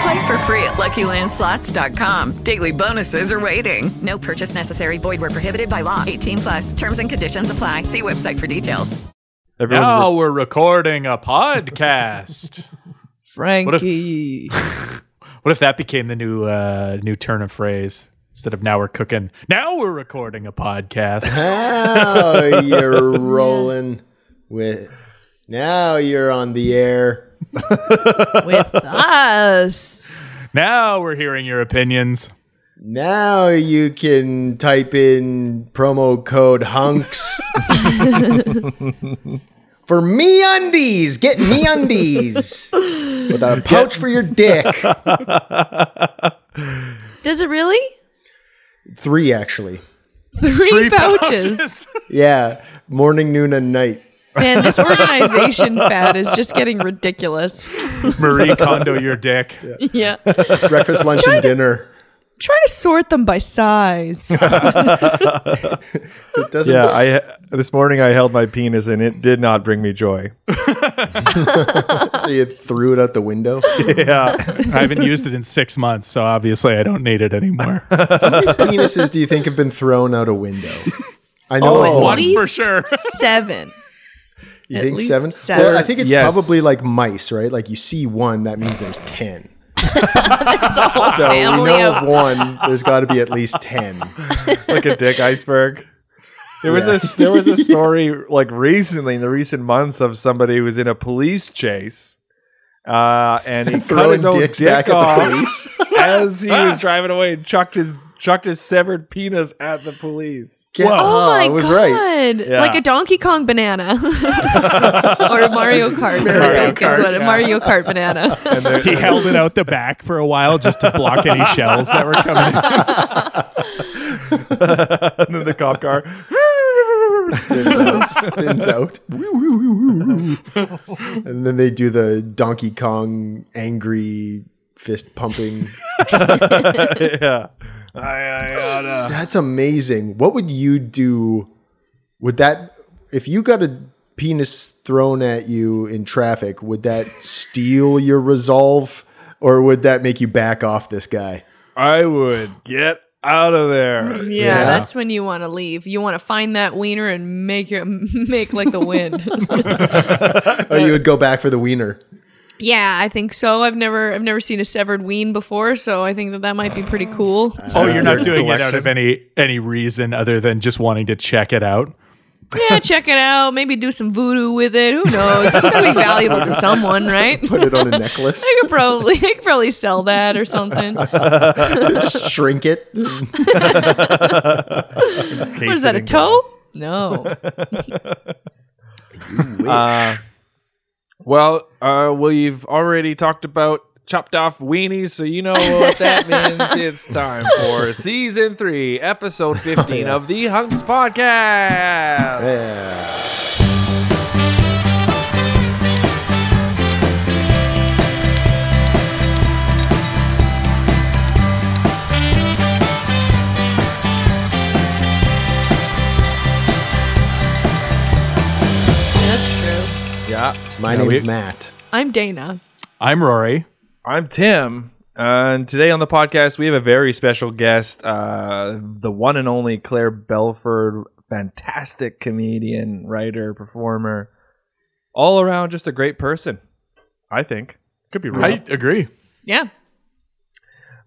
Play for free at LuckyLandSlots.com. Daily bonuses are waiting. No purchase necessary. Void where prohibited by law. 18 plus. Terms and conditions apply. See website for details. Everyone's Now re- we're recording a podcast. Frankie. what if that became the new uh, new turn of phrase? Instead of now we're cooking, now we're recording a podcast. now Oh, you're rolling with. Now you're on the air. with us. now we're hearing your opinions. Now you can type in promo code hunks for me undies. Get me undies with a pouch for your dick. Does it really? Three actually. Three, pouches. Yeah, morning, noon, and night. Man, this organization fad is just getting ridiculous. Marie Kondo your dick. Yeah. Breakfast, lunch, and dinner. Try to sort them by size. It doesn't. yeah, I this morning I held my penis and it did not bring me joy. so you threw it out the window. Yeah, I haven't used it in six months, so obviously I don't need it anymore. penises do you think have been thrown out a window? I know Oh, of one one. for sure. Seven. You at think least seven? seven. Well, I think it's Yes. probably like mice, right? Like you see one, that means there's ten. so we family know of- of one. There's got to be at least ten. like a dick iceberg. There was Yeah. a there was a story like recently in the recent months of somebody who was in a police chase, uh, and he cut Throwing his own dick dicks back at the off police. as he Ah! was driving away and chucked his chucked his severed penis at the police. Get- Oh my I was god. right. Yeah. Like a Donkey Kong banana. or a Mario Kart. Mario I think is Kart, what a yeah. Mario Kart banana. And there- he held it out the back for a while just to block any shells that were coming. and then the cop car. Spins out. Spins out. and then they do the Donkey Kong angry fist pumping. yeah. I, I gotta. That's amazing. What would you do? Would that if you got a penis thrown at you in traffic? Would that steal your resolve, or would that make you back off this guy? I would get out of there. Yeah, that's when you want to leave. You want to find that wiener and make your make like the wind. Oh, you would go back for the wiener. yeah, I think so. I've never I've never seen a severed ween before, so I think that that might be pretty cool. Oh, you're not doing it out collection. of any any reason other than just wanting to check it out. yeah, check it out. Maybe do some voodoo with it. Who knows? It's gonna be valuable to someone, right? Put it on a necklace. I could probably I could probably sell that or something. What Shrink it. is that? A toe? No. Uh, well, uh, we've already talked about chopped off weenies, so you know what that means. It's time for season three, episode 15 of the Hunks Podcast. Yeah. That's true. Yeah. My Yeah, name's we- Matt. I'm Dana. I'm Rory. I'm Tim. uh, and today on the podcast, we have a very special guest, uh, the one and only Claire Belford, fantastic comedian, writer, performer, all around just a great person, I think. Could be wrong. I agree. Yeah.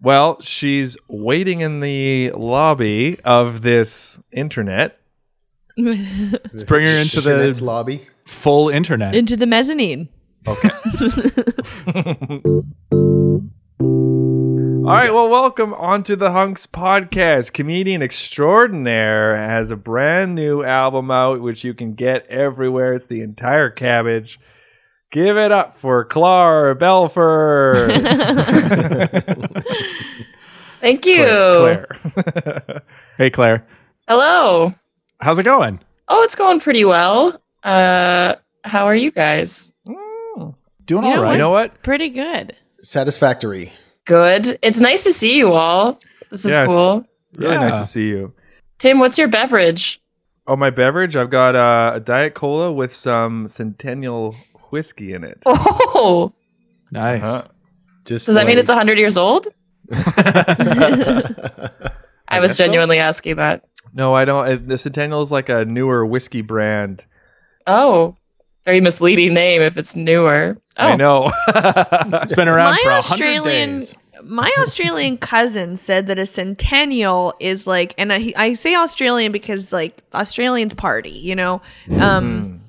Well, she's waiting in the lobby of this internet Let's bring her into Internet's the lobby. full internet. into the mezzanine. All right, well, welcome onto the Hunks podcast. Comedian extraordinaire has a brand new album out, which you can get everywhere. It's the entire cabbage. Give it up for Clar Belfer. Thank you. Claire. hey, Claire, Hello. how's it going? Oh, it's going pretty well. Uh, how are you guys? Doing You know all right. you know what? Pretty good. Satisfactory. Good. It's nice to see you all. This is Yes. cool. Really Yeah. nice to see you. Tim, what's your beverage? Oh, my beverage. I've got uh, a Diet Cola with some Centennial whiskey in it. Oh, Nice. Uh, Just does that mean like- it's 100 years old? I was genuinely asking that. No, I don't. it- The Centennial is like a newer whiskey brand. Oh, very misleading name if it's newer. Oh, I know. It's been around for my 100 Australian days. my Australian cousin said that a centennial is like and I, I say Australian because like Australians party, you know. Mm-hmm. Um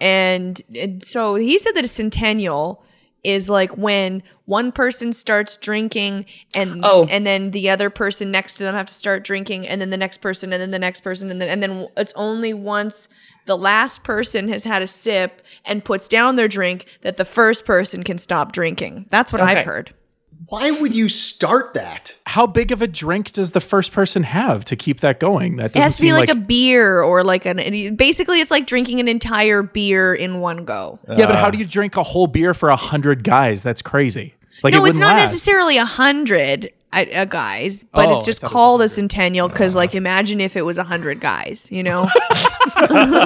and, and so he said that a centennial is like when one person starts drinking and Oh. and then the other person next to them have to start drinking and then the next person and then the next person and then and then it's only once the last person has had a sip and puts down their drink that the first person can stop drinking. That's what I've Okay. heard. Why would you start that? How big of a drink does the first person have to keep that going? That It doesn't has to be seem like, a beer or like an basically it's like drinking an entire beer in one go. yeah, but how do you drink a whole beer for 100 guys? That's crazy. Like no, it it's wouldn't not last. necessarily a hundred uh, uh, guys, but Oh, it's I just thought it was Uh-huh. called a centennial because like imagine if it was a hundred guys, you know?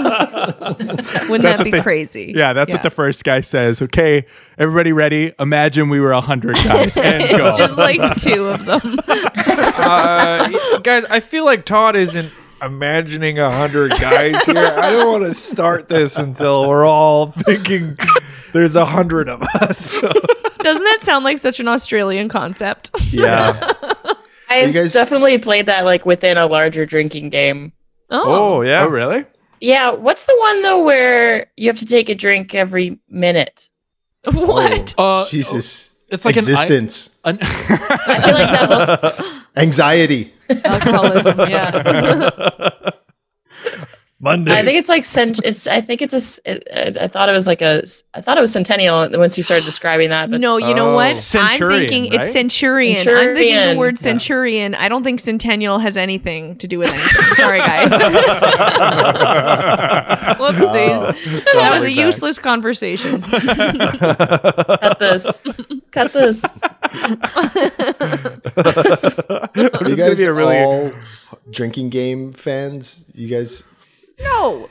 Wouldn't that be crazy? Yeah, that's what the first guy says. Okay, everybody ready? Imagine we were 100 guys. And go. It's just like two of them. uh, guys, I feel like Todd isn't imagining a hundred guys here. I don't want to start this until we're all thinking there's a hundred of us. Doesn't that sound like such an Australian concept? yeah. I've guys- definitely played that like within a larger drinking game. Oh yeah. Oh, really? Yeah, what's the one though where you have to take a drink every minute? what? Uh, Jesus. It's like an I- existence, an- I feel like that was anxiety. Alcoholism, yeah. Monday. I think it's like cent- it's. I think it's a. s- it- I I thought it was like a. s- I thought it was centennial once you started describing that. But No, you know what? Oh. Centurion, I'm thinking right? it's centurion. I'm thinking the Centurion. word centurion. I don't think centennial has anything to do with anything. Sorry, guys. Whoopsies. that was a useless conversation. cut this. cut this. Are you gonna guys be a really- all drinking game fans? You guys No.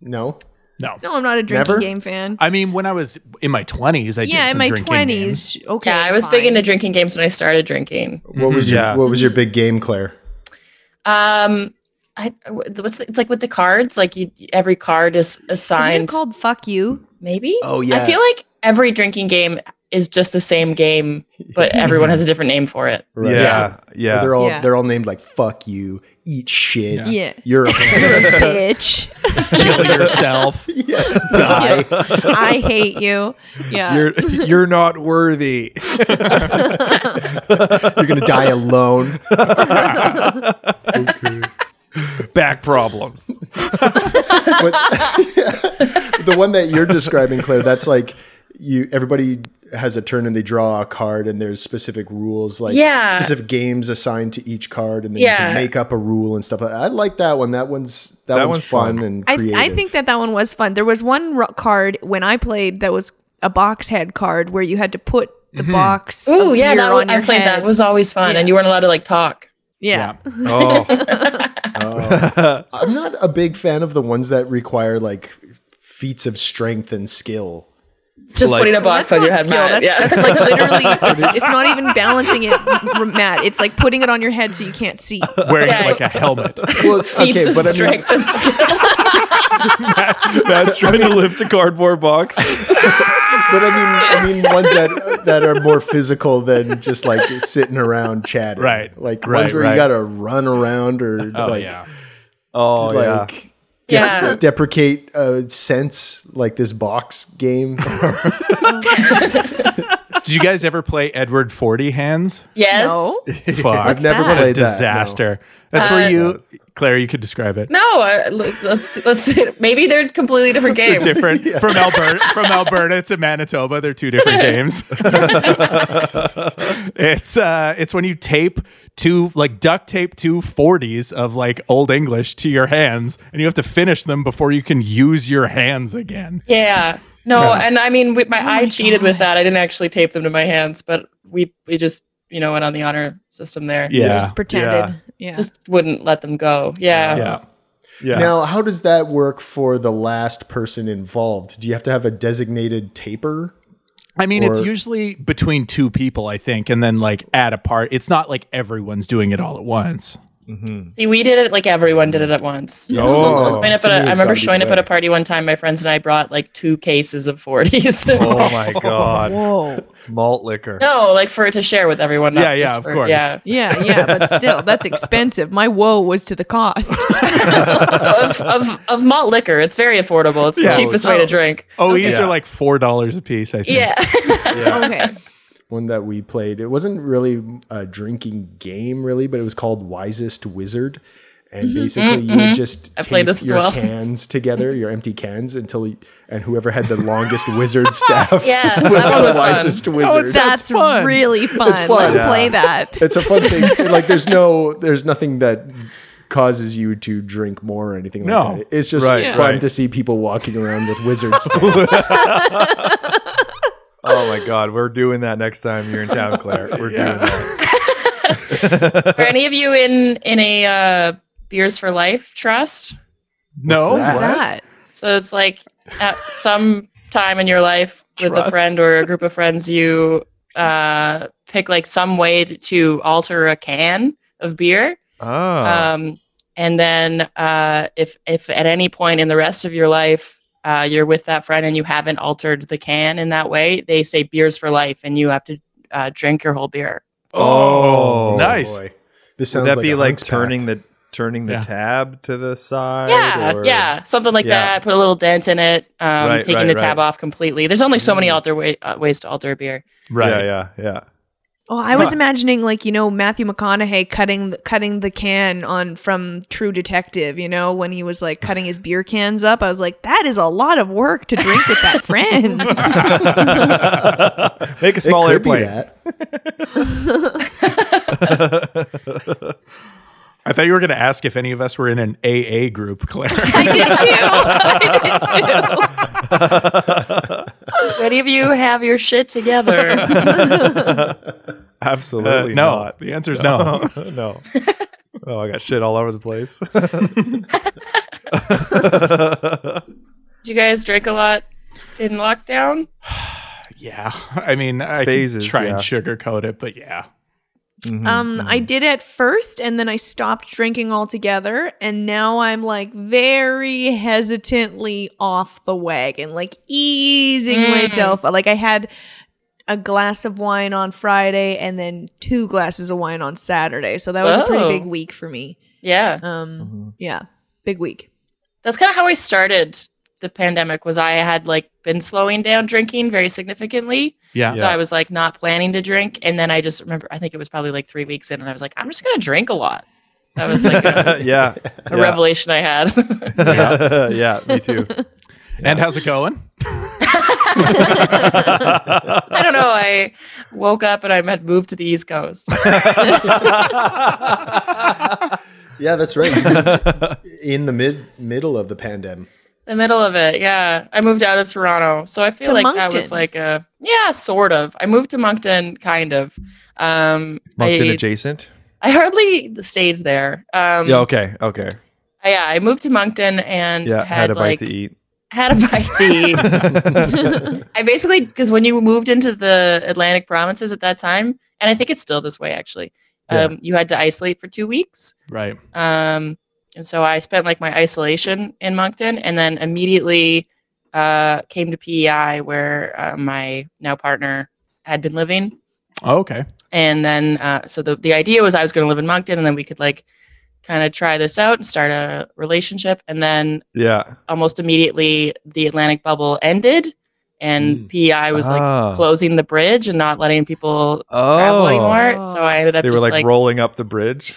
no? no. No, I'm not a drinking Never? game fan. I mean, when I was in my 20s, I did yeah, in some my drinking games. twenties. Okay. Yeah, I was big fine. into drinking games when I started drinking. What Mm-hmm. was your Yeah. What was your big game, Claire? Um, I what's it's like with the cards? Like you, every card is Isn't it assigned. called fuck you? Maybe. Oh, yeah. I feel like every drinking game is just the same game, but everyone has a different name for it. Right. yeah. Yeah. They're all Yeah. they're all named like "fuck you," "eat shit," Yeah. "you're a Bitch. Kill yourself. die." I hate you. Yeah. You're you're not worthy. You're gonna die alone. Back problems. But the one that you're describing, Claire, that's like you. Everybody has a turn and they draw a card, and there's specific rules, like Yeah. specific games assigned to each card, and then you Yeah. can make up a rule and stuff. I like that one. That one's that, That one's, one's fun, fun. and I, creative. I think that that one was fun. There was one ro- card when I played that was a box head card where you had to put the box. of Ooh, yeah, beer that was, on your I played head. that. It was always fun, and you weren't allowed to like talk. yeah. Oh. I'm not a big fan of the ones that require like feats of strength and skill. Just Like- putting a box on your head, skill. Matt. That's, Yeah. that's like literally. It's, it's not even balancing it, r- Matt. It's like putting it on your head so you can't see. Wearing Yeah. like a helmet. Well, feats of strength and skill. Matt's trying to lift a cardboard box. but I mean, I mean ones that that are more physical than just like sitting around chatting, Right. Like Right, ones where right. you got to run around or Oh, like, yeah. Oh like yeah. de- Yeah. deprecate uh, sense like this box game. Did you guys ever play Edward Forty Hands? Yes. Fuck. I've never What a played that, no. disaster. That's where you, Claire, you could describe it. No, I, let's let's maybe they're completely different They're game. different from Alberta from Alberta to Manitoba. They're two different games. it's uh, it's when you tape two like duct tape two 40s of like old English to your hands, and you have to finish them before you can use your hands again. Yeah. No, Yeah. and I mean, Oh with my I cheated with that. I didn't actually tape them to my hands, but we we just you know went on the honor system there. Yeah. just, pretended. Yeah. just wouldn't let them go. Yeah. Yeah. Yeah. Now, how does that work for the last person involved? Do you have to have a designated Oh. taper? I mean, it's Or- usually between two people, I think, and then like at a part. It's not like everyone's doing it all at once. See, we did it like everyone did it at once. Yeah. Oh. Showing up at To me, a, it's I remember gotta be showing up the at a way. party one time. My friends and I brought like two cases of 40s. Oh my god, Whoa. malt liquor. no, like for it to share with everyone. Not Yeah, yeah, just of for- course. Yeah. Yeah, yeah, but still, that's expensive. My woe was to the cost. of, of, of malt liquor. It's very affordable. It's Yeah. the cheapest way to drink. Oh, these are like four dollars a piece. I think. Yeah. Okay. One that we played. It wasn't really a drinking game, really, but it was called Wisest Wizard. And basically, you would just Mm-hmm. I played tape this as your well. cans together, your empty cans, until you, and whoever had the longest wizard staff Yeah, that was the one was fun. wisest wizard. it's- That's, That's fun. really fun. fun. Let's Yeah. play that. it's a fun thing. Like there's no, there's nothing that causes you to drink more or anything like No. that. It's just Right, fun right. to see people walking around with wizard stuff. Oh my god, we're doing that next time you're in town, Claire. We're doing that. Are any of you in in a uh, Beers for Life trust? No. What's What's that? So it's like at some time in your life with Trust. a friend or a group of friends, you uh, pick like some way t- to alter a can of beer. Oh, Um, and then uh, if if at any point in the rest of your life uh, you're with that friend and you haven't altered the can in that way, they say Beers for Life, and you have to uh, drink your whole beer. Oh. nice. Boy. This would sounds that like be a like hunks turning pact. the turning the Yeah. tab to the side? Yeah, or- yeah, something like yeah. that. Put a little dent in it. Um, Right, taking right, the tab right. off completely. There's only so many Mm. alter way, uh, ways to alter a beer. Right. Uh, Yeah, yeah, yeah. Oh, I was imagining like you know Matthew McConaughey cutting the, cutting the can on from True Detective. You know when he was like cutting his beer cans up, I was like, that is a lot of work to drink with that friend. Make a It small could be airplane. that. I thought you were going to ask if any of us were in an AA group, Claire. I did too. I did too. Many of you have your shit together. Uh, Absolutely no, not. the answer is no. no. Oh, I got shit all over the place. Did you guys drink a lot in lockdown? yeah, I mean, I Phases, Phases, try yeah. and sugarcoat it, but yeah, Um, Mm-hmm. I did at first, and then I stopped drinking altogether, and now I'm like very hesitantly off the wagon, like easing Mm. myself. Like I had a glass of wine on Friday, and then two glasses of wine on Saturday, so that was a Whoa. pretty big week for me. Yeah, Um, Mm-hmm. yeah, big week. that's kind of how I started the pandemic. Was I had like been slowing down drinking very significantly, yeah, so I was like not planning to drink, and then I just remember I think it was probably like three weeks in, and I was like, I'm just gonna drink a lot. That was like a, yeah. a revelation I had. Yeah. yeah, me too. And how's it going? I don't know. I woke up and I had moved to the East Coast. Yeah, that's right. In the mid middle of the pandemic. The middle of it, yeah. I moved out of Toronto, so I feel To like that was Moncton. like a yeah, sort of. I moved to Moncton, kind of. Um, Moncton I, adjacent. I hardly stayed there. Um, Yeah. Okay. Okay. I- yeah, I moved to Moncton and Yeah. had, Had, a like bite to eat. had a bite to eat. I basically because when you moved into the Atlantic provinces at that time, and I think it's still this way actually. Um, You had to isolate for two weeks, Right. Um, and so I spent like my isolation in Moncton and then immediately uh, came to PEI where uh, my now partner had been living. Oh, okay. And then, uh, so the, the idea was I was going to live in Moncton and then we could like kind of try this out and start a relationship. And then Yeah. almost immediately the Atlantic bubble ended and PEI was Ah. like closing the bridge and not letting people Oh. travel anymore. So I ended up They were just like, like, rolling up the bridge.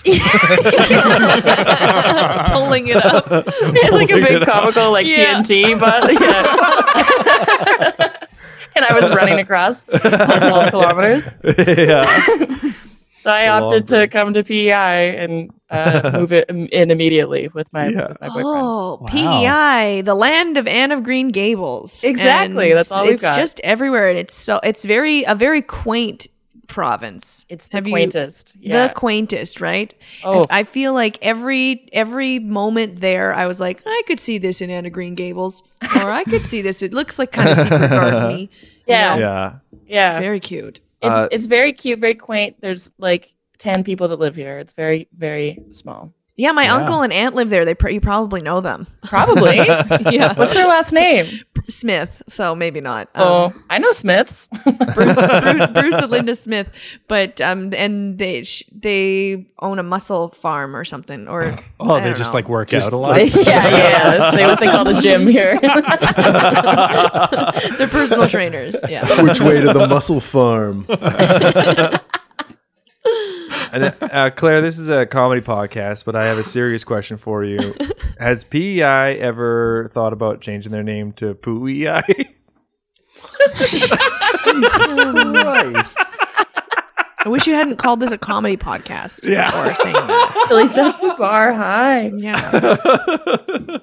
pulling it up. it's like a Pulling big it up. comical like Yeah. TNT, but yeah. and I was running across multiple kilometers. yeah. So I a long opted to bridge. come to PEI and uh, move it im- in immediately with my, Yeah. with my boyfriend. Oh, Wow. PEI, the land of Anne of Green Gables. Exactly, And that's all we've It's got. just everywhere, and it's so it's very a very quaint province. It's Oh, the Have you- quaintest. yeah. The quaintest, right? Oh. And I feel like every every moment there, I was like, I could see this in Anne of Green Gables, or I could see this. It looks like kind of secret garden Yeah. Yeah. yeah. very cute. It's Uh, it's very cute, very quaint. There's like ten people that live here. It's very very small. Yeah, my Yeah. uncle and aunt live there. They pr- you probably know them. Probably. yeah, What's their last name? Smith. So maybe not. Um, oh, I know Smiths. Bruce, Bruce, Bruce and Linda Smith, but um, and they sh- they own a muscle farm or something, or Oh, I they don't just know. like work out a lot. yeah, yeah. That's they, what they call the gym here. they're personal trainers. Yeah, Which way to the muscle farm? And then, uh, Claire, this is a comedy podcast, but I have a serious question for you. Has PEI ever thought about changing their name to E PUEI? Christ. I wish you hadn't called this a comedy podcast. Yeah, or saying that. At least that's the bar high. Yeah,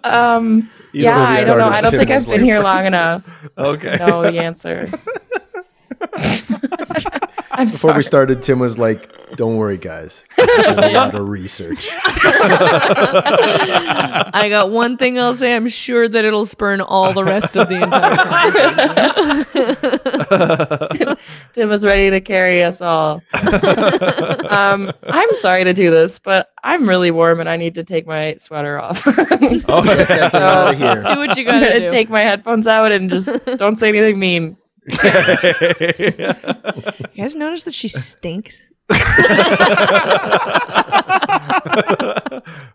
Um, Even yeah, I though we don't know. started I don't with think Tim's I've been here long flavors. enough. okay. No, the answer. I'm Before sorry. we started, Tim was like, "Don't worry, guys. I did a lot of research." I got one thing I'll say. I'm sure that it'll spurn all the rest of the entire. conversation. Tim was ready to carry us all. um, I'm sorry to do this, but I'm really warm and I need to take my sweater off. Oh, Get them out of here. do what you I'm gotta gonna do. take my headphones out and just don't say anything mean. you guys notice that she stinks.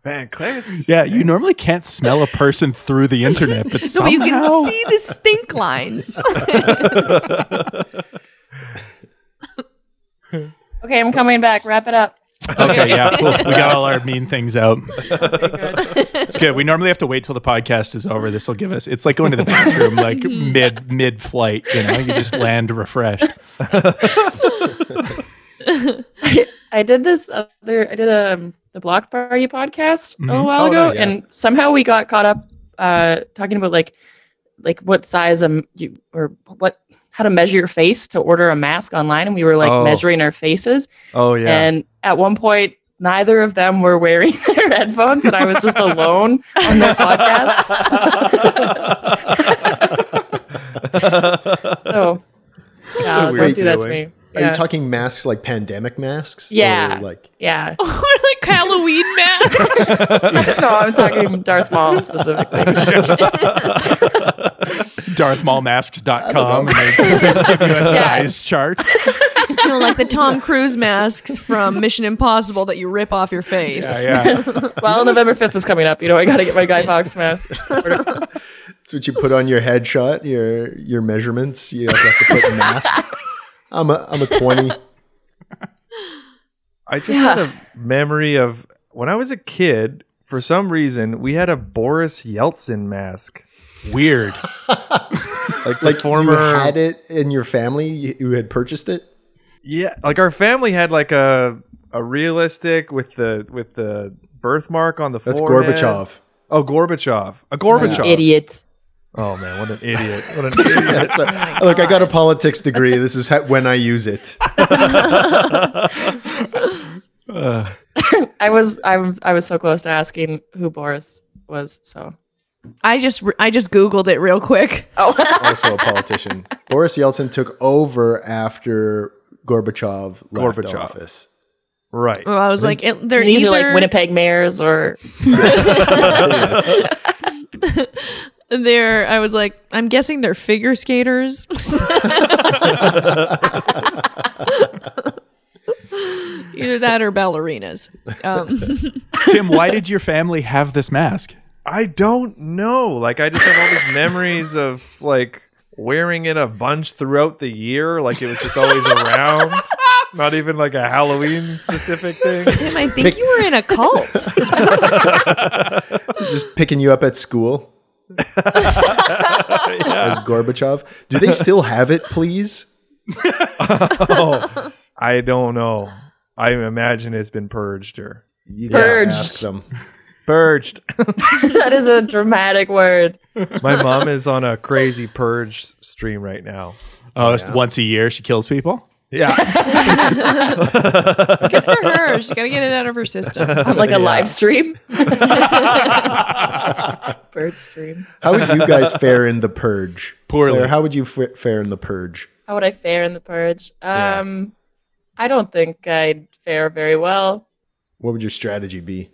Man, Claire's. Yeah, you normally can't smell a person through the internet, but No, somehow but you can see the stink lines. Okay, I'm coming back. Wrap it up. Okay, yeah, cool. we got all our mean things out. It's good. We normally have to wait till the podcast is over. This will give us. It's like going to the bathroom, like mid mid flight. You know, you just land refreshed. I did this other. I did um the Block Party podcast a Mhm. while Oh, ago, nice. and somehow we got caught up uh talking about like like what size um you or what how to measure your face to order a mask online, and we were like Oh. measuring our faces. Oh, yeah. And at one point, neither of them were wearing their headphones, and I was just alone on the podcast. So, yeah, don't weird do that feeling. to me. Are Yeah. you talking masks like pandemic masks? Or, Yeah. like yeah. We're like Halloween masks. no, I'm talking Darth Maul specifically. DarthMaulMasks.com and they give you a size chart. you know, like the Tom Cruise masks from Mission Impossible that you rip off your face. Yeah, yeah. Well, November 5th is coming up. You know, I got to get my Guy Fox mask. ordered. it's what you put on your headshot, your your measurements. You have to put mask. I'm a I'm a twenty. I just had a memory of when I was a kid, for some reason, we had a Boris Yeltsin mask. Weird. Like, the Like former. you had it in your family. You, you had purchased it. Yeah, like our family had like a a realistic with the with the birthmark on the That's forehead. Gorbachev. Oh, Gorbachev. A Gorbachev. Idiot. Oh man, what an idiot. What an idiot. That's a, look. I got a politics degree. This is how, when I use it. I was I, I was so close to asking who Boris was. So I just I just googled it real quick. Also a politician. Boris Yeltsin took over after Gorbachev left Gorbachev. office. Right. Well, I was like, it, they're these either, are like Winnipeg mayors or They're I was like, I'm guessing they're figure skaters. Either that or ballerinas. Um, Tim, why did your family have this mask? I don't know. Like I just have all these memories of like wearing it a bunch throughout the year. Like it was just always around. Not even like a Halloween specific thing. Tim, I think you were in a cult. Just picking you up at school. As Gorbachev. Do they still have it, please? Oh, I don't know. I imagine it's been purged or You gotta Purged. ask them. purged. that is a dramatic word. My mom is on a crazy purge stream right now. Oh, it's once a year she kills people. Yeah. Good for her. She's got to get it out of her system. On like a live stream. Bird stream. How would you guys fare in the purge? Poorly. Claire, how would you f- fare in the purge? How would I fare in the purge? Um, I don't think uh, I'd fare very well. What would your strategy be?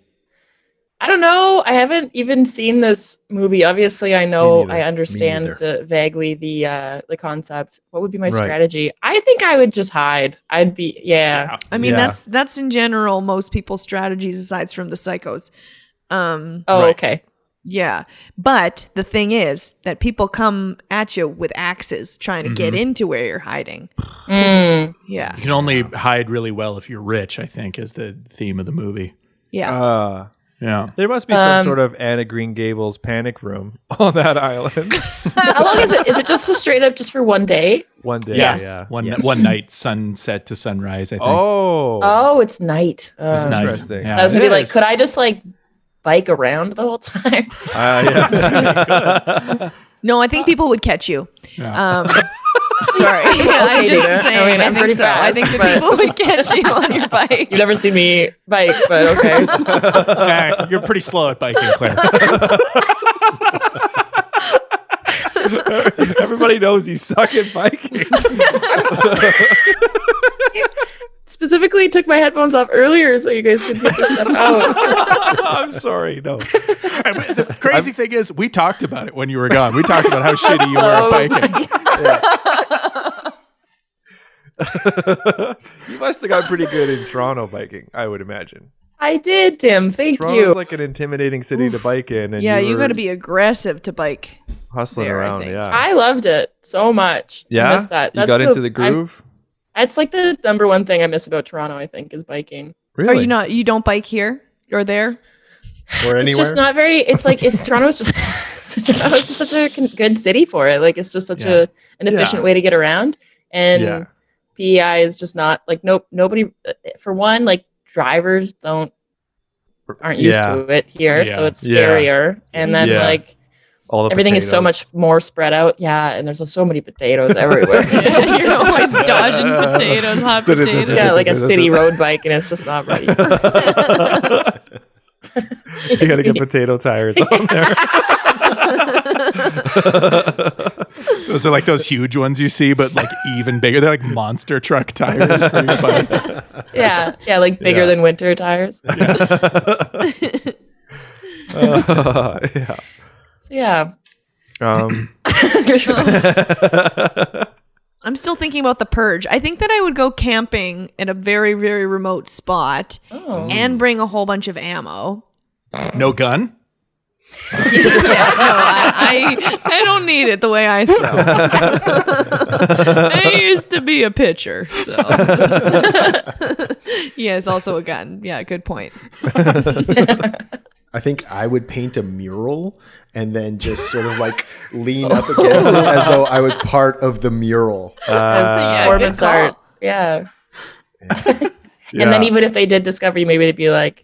I don't know. I haven't even seen this movie. Obviously, I know neither. Me I understand neither. the vaguely the uh the concept. What would be my Right. strategy? I think I would just hide. I'd be yeah. I mean, Yeah. that's that's in general most people's strategies, aside from the psychos. Um, Oh, Right. okay. yeah, but the thing is that people come at you with axes trying to get into where you're hiding. Mm. Yeah, You can only hide really well if you're rich. I think is the theme of the movie. yeah. Uh, Yeah. there must be some Um, sort of Anna Green Gables panic room on that island. How long is it? Is it just a straight up just for one day? One day. Yes. Yeah. One one night, sunset to sunrise. I think. Oh. Oh, it's night. It's Uh, night. interesting. I was Yeah. gonna be It like, is. could I just like bike around the whole time? Uh, yeah. No, I think people would catch you. Yeah. Um, sorry, I'm Dana. just I saying. mean, I'm think pretty so. I fast, think the but- people would catch you on your bike. You've never seen me bike, but okay. Okay, You're pretty slow at biking, Claire. Everybody knows you suck at biking. Specifically, took my headphones off earlier so you guys could take this stuff out. I'm sorry. No. the crazy thing is, we talked about it when you were gone. We talked about how shitty you were Slow at biking. you must have got pretty good in Toronto biking, I would imagine. I did, Tim. Thank Toronto's you. like an intimidating city to bike in, and Yeah, you, you were got to be aggressive to bike. hustling there, I around. think. Yeah, I loved it so much. yeah. I missed that. You That's got into the I'm- groove. That's like the number one thing I miss about Toronto. I think is biking. really? Are you not? You don't bike here or there? Or anywhere? It's just not very. It's like it's Toronto's just such a, it's just such a con- good city for it. Like it's just such Yeah. a an efficient Yeah. way to get around. And Yeah. PEI is just not like nope. Nobody for one like drivers don't aren't used Yeah. to it here, so Yeah. it's Yeah. scarier. And then Yeah. like All the everything is so potatoes. much more spread out. Yeah, and there's so many potatoes everywhere. You're always dodging potatoes, hot potatoes. yeah, like a city road bike, and it's just not right. you you gotta get potato tires on there. Those are like those huge ones you see, but like even bigger. They're like monster truck tires. for your bike. yeah, yeah, like bigger Yeah. than winter tires. Uh, yeah. So yeah, Um, I'm still thinking about the purge. I think that I would go camping in a very, very remote spot oh. and bring a whole bunch of ammo. No gun. Yeah, no, I, I, I don't need it the way I throw. I used to be a pitcher, so yes, also a gun. Yeah, good point. I think I would paint a mural and then just sort of like lean up against it as though I was part of the mural. Uh, yeah, performance good call. art. Yeah. And then Yeah. even if they did discover you, maybe they'd be like,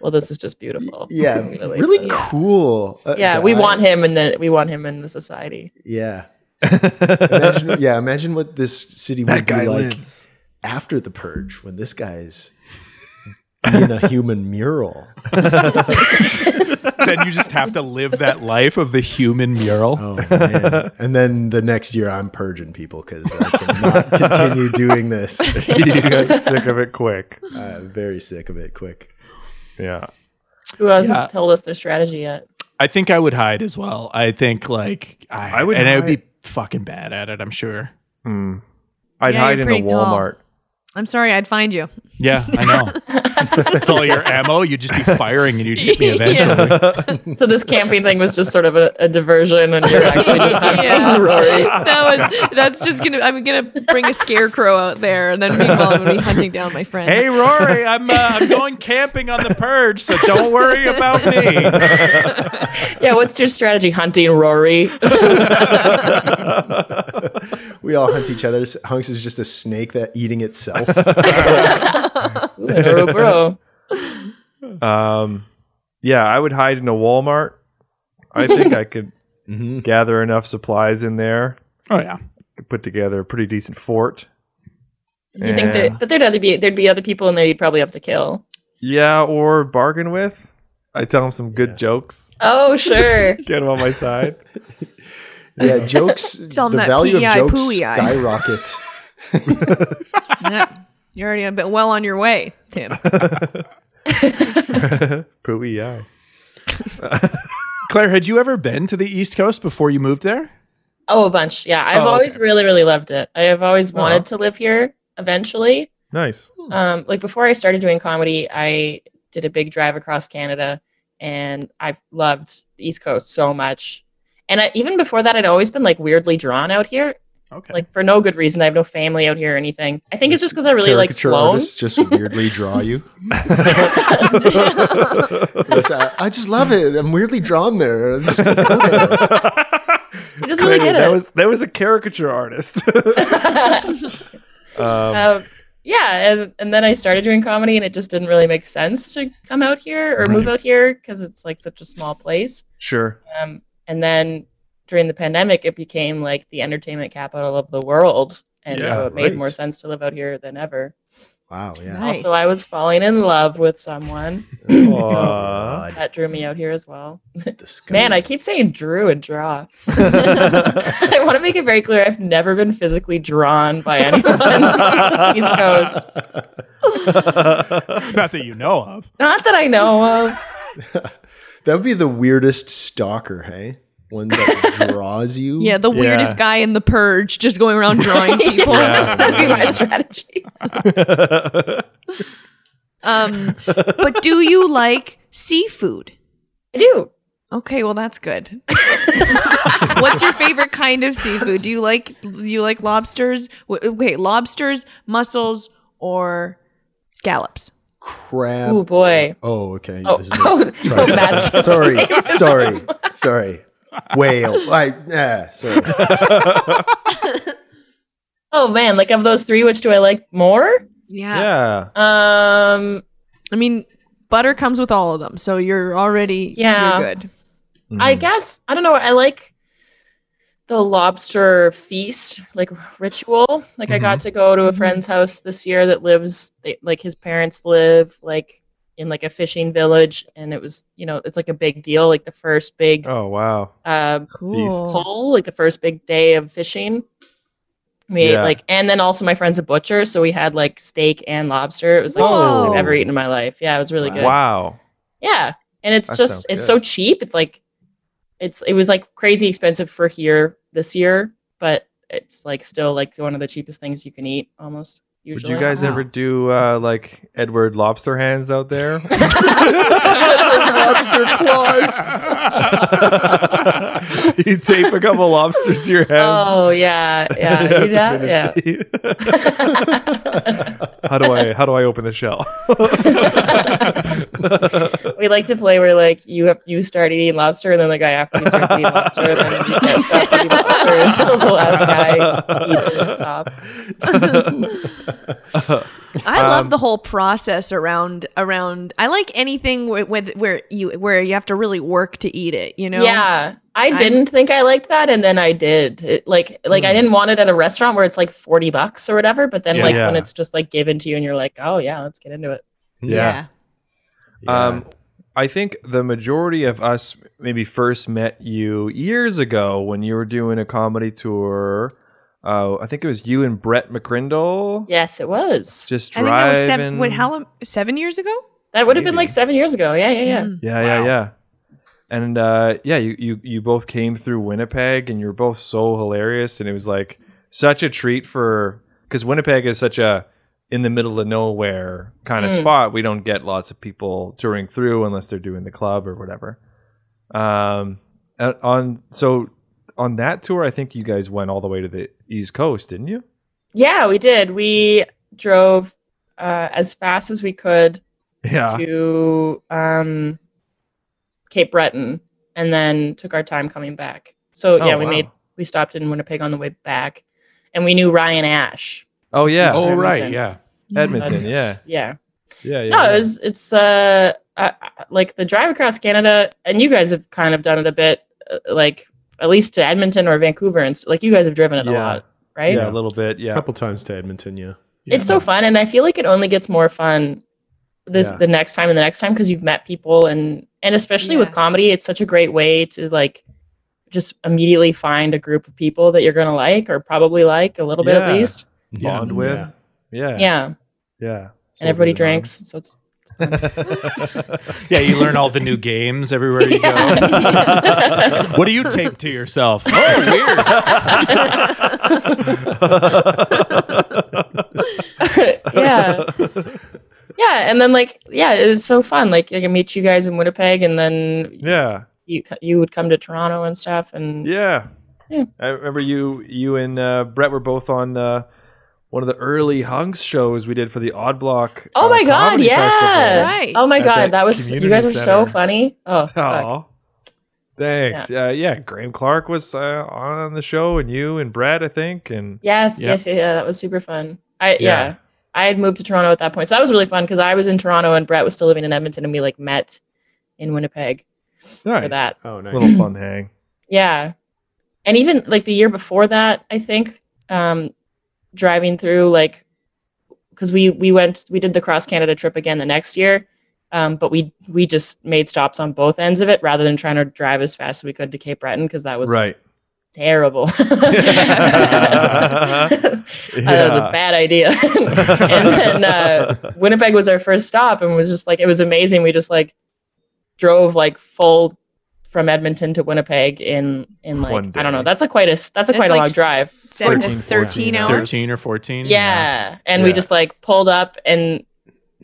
"Well, this is just beautiful." Yeah, I'm gonna like really this. cool. Uh, Yeah, we I- want him, and then we want him in the society. Yeah. imagine, yeah, imagine what this city would be like after the purge when this guy's in a human mural. Then you just have to live that life of the human mural. Oh man! and then the next year, I'm purging people because I cannot continue doing this. you got sick of it quick. I'm very sick of it. Quick. Yeah. Who hasn't Yeah. told us their strategy yet? I think I would hide as well. I think like I, I would and I would hide. be fucking bad at it. I'm sure. Mm. I'd Yeah, hide you're in a pretty tall. Walmart. I'm sorry, I'd find you. Yeah, I know. With all your ammo, you'd just be firing and you'd hit me eventually. So this camping thing was just sort of a, a diversion, and you're actually just hunting Yeah. Rory. That was that's just gonna I'm gonna bring a scarecrow out there and then meanwhile I'm gonna be hunting down my friends. Hey Rory, I'm uh, I'm going camping on the purge, so don't worry about me. Yeah, what's your strategy hunting Rory? We all hunt each other. Hunks is just a snake that eating itself. bro, bro. Um, yeah, I would hide in a Walmart. I think I could gather enough supplies in there, Oh yeah, could put together a pretty decent fort. Do you think that? But there'd other be there'd be other people in there you'd probably have to kill. Yeah, or bargain with. I tell them some good jokes. Oh sure. Get them on my side. yeah, jokes. Tell 'em the that value of PEI, jokes pooey-eye. skyrocket. Yeah. You're already a bit well on your way, Tim. Pooey eye. Claire, had you ever been to the East Coast before you moved there? Oh, a bunch. Yeah, I've Oh, always really really loved it. I have always wanted Oh. to live here eventually. Nice. Um, like before I started doing comedy, I did a big drive across Canada, and I've loved the East Coast so much. And I, even before that, I'd always been like weirdly drawn out here, Okay. like for no good reason. I have no family out here or anything. I think it's just because I really like Caricature Sloan. artists just weirdly draw you. It's, uh, I just love it. I'm weirdly drawn there. I'm just gonna go there. I just really Wait, did that it. was that was a caricature artist. um, Um, yeah, and, and then I started doing comedy, and it just didn't really make sense to come out here or move out here because it's like such a small place. sure. Um, and then during the pandemic, it became like the entertainment capital of the world. And Yeah, Oh. so it made right. more sense to live out here than ever. Wow. Yeah. Nice. Also, I was falling in love with someone Aw. God, that drew me out here as well. it's disgusting. Man, I keep saying drew and draw. I want to make it very clear I've never been physically drawn by anyone on the East Coast. Not that you know of. Not that I know of. that would be the weirdest stalker. Hey, one that draws you. Yeah, the weirdest Yeah. guy in the purge just going around drawing people. That'd be my strategy. Um but do you like seafood? I do. Okay, well that's good. What's your favorite kind of seafood? Do you like do you like lobsters? W- Wait, lobsters, mussels, or scallops? crab. Oh, boy. Oh, okay. Oh, This is a- oh, oh Matt's just sorry, sorry, sorry. Whale. I, yeah, sorry. Oh man, like of those three, which do I like more? Yeah. yeah. Um, I mean, butter comes with all of them, so you're already Yeah. you're good. I Mhm. guess I don't know. I like the lobster feast, like ritual. Like I Mm-hmm. got to go to a friend's house this year that lives, they, like his parents live, like in like a fishing village, and it was, you know, it's like a big deal, like the first big Oh wow. uh, Cool. pull, like the first big day of fishing. We ate Yeah. like, and then also my friend's a butcher, so we had like steak and lobster. It was like the best Whoa. I've ever eaten in my life. Yeah, it was really good. Wow. Yeah. And it's That sounds just it's good. so cheap. It's like it's it was like crazy expensive for here this year, but it's like still like one of the cheapest things you can eat almost Would usually. you guys ever do uh, like Edward Lobster Hands out there? Lobster claws. you tape a couple lobsters to your hands. Oh yeah, You yeah, have you to know, finish yeah. the- how do I how do I open the shell? We like to play where like you have you start eating lobster, and then the guy after you starts eating lobster, and then you can't stop eating lobster until the last guy eats and stops. I love the whole process around around. I like anything where, where you where you have to really work to eat it. You know. Yeah, I didn't think I liked that, and then I did. It, like, like Hmm. I didn't want it at a restaurant where it's like forty bucks or whatever. But then, Yeah. like, when Yeah. it's just like given to you, and you're like, oh yeah, let's get into it. Yeah. Um, I think the majority of us maybe first met you years ago when you were doing a comedy tour. Uh, I think it was you and Brett McCrindle. Yes, it was. Just I think that driving. was seven. Wait, how long? Seven years ago? That would have been Maybe. like seven years ago. Yeah, yeah, yeah. Yeah, yeah, yeah. And uh, yeah, you, you you both came through Winnipeg, and you were both so hilarious, and it was like such a treat for because Winnipeg is such a in the middle of nowhere kind Mm. of spot. We don't get lots of people touring through unless they're doing the club or whatever. Um, uh, on so on that tour, I think you guys went all the way to the East Coast, didn't you? Yeah, we did. We drove uh, as fast as we could Yeah, to um, Cape Breton, and then took our time coming back. So Oh, yeah, we wow. made we stopped in Winnipeg on the way back, and we knew Ryan Ash. Oh yeah, This is- Oh, right. Edmonton. Yeah. Edmonton. Yeah, Yeah, yeah, yeah. no, yeah. it was it's uh, uh like the drive across Canada, and you guys have kind of done it a bit, uh, like at least to Edmonton or Vancouver, and s- like you guys have driven it a Yeah. lot, right? yeah, a little bit. A Yeah, couple times to Edmonton, yeah. It's so fun, and I feel like it only gets more fun this Yeah. the next time and the next time because you've met people and and especially with Yeah. comedy, it's such a great way to like just immediately find a group of people that you're gonna like or probably like a little bit Yeah. at least. bond with. Yeah, Yeah, yeah. and everybody drinks, so it's Yeah, you learn all the new games everywhere you go. what do you take to yourself? Oh, yeah. Yeah, and then like yeah, it was so fun. Like I could meet you guys in Winnipeg, and then yeah, you you would come to Toronto and stuff, and yeah. Yeah. I remember you, you and uh, Brett were both on uh, one of the early Hunks shows we did for the Odd Block. Oh uh, my god, Comedy yeah. Festival. Right. Oh my At that god, that was you community guys were so center. funny. Oh, fuck. Aw. Thanks. Yeah. Uh, yeah, Graham Clark was uh, on the show, and you and Brad, I think, and Yes, Yeah. yes, yeah, yeah, that was super fun. I yeah. Yeah. I had moved to Toronto at that point. So that was really fun because I was in Toronto and Brett was still living in Edmonton and we like met in Winnipeg nice. for that. Oh, nice. little fun hang. Yeah. And even like the year before that, I think um driving through like cuz we we went we did the cross Canada trip again the next year. Um, but we we just made stops on both ends of it rather than trying to drive as fast as we could to Cape Breton because that was Right. terrible. Yeah. Uh, that was a bad idea. and then uh, Winnipeg was our first stop, and was just like it was amazing. We just like drove like full from Edmonton to Winnipeg in in One like I don't day. know. That's a quite a s- that's a It's quite a like long drive. seven- 14, 13 hours. 13 or 14? Yeah, and Yeah. we just like pulled up and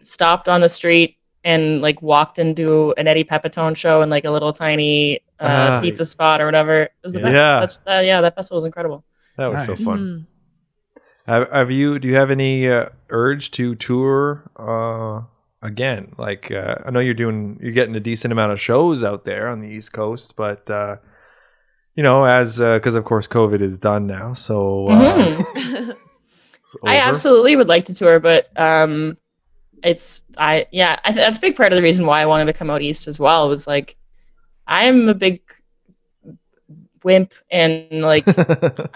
stopped on the street and like walked into an Eddie Pepitone show and like a little tiny uh, Ah. pizza spot or whatever. It was the Yeah. best. That's, uh, yeah, that festival was incredible. That was Nice. so fun. Mm-hmm. Have, have you? Do you have any uh, urge to tour uh, again? Like uh, I know you're doing, you're getting a decent amount of shows out there on the East Coast, but uh, you know, as because of course COVID is done now, so uh, Mhm. it's I over. absolutely would like to tour, but um, it's I yeah I th- that's a big part of the reason why I wanted to come out east as well was like I'm a big wimp and like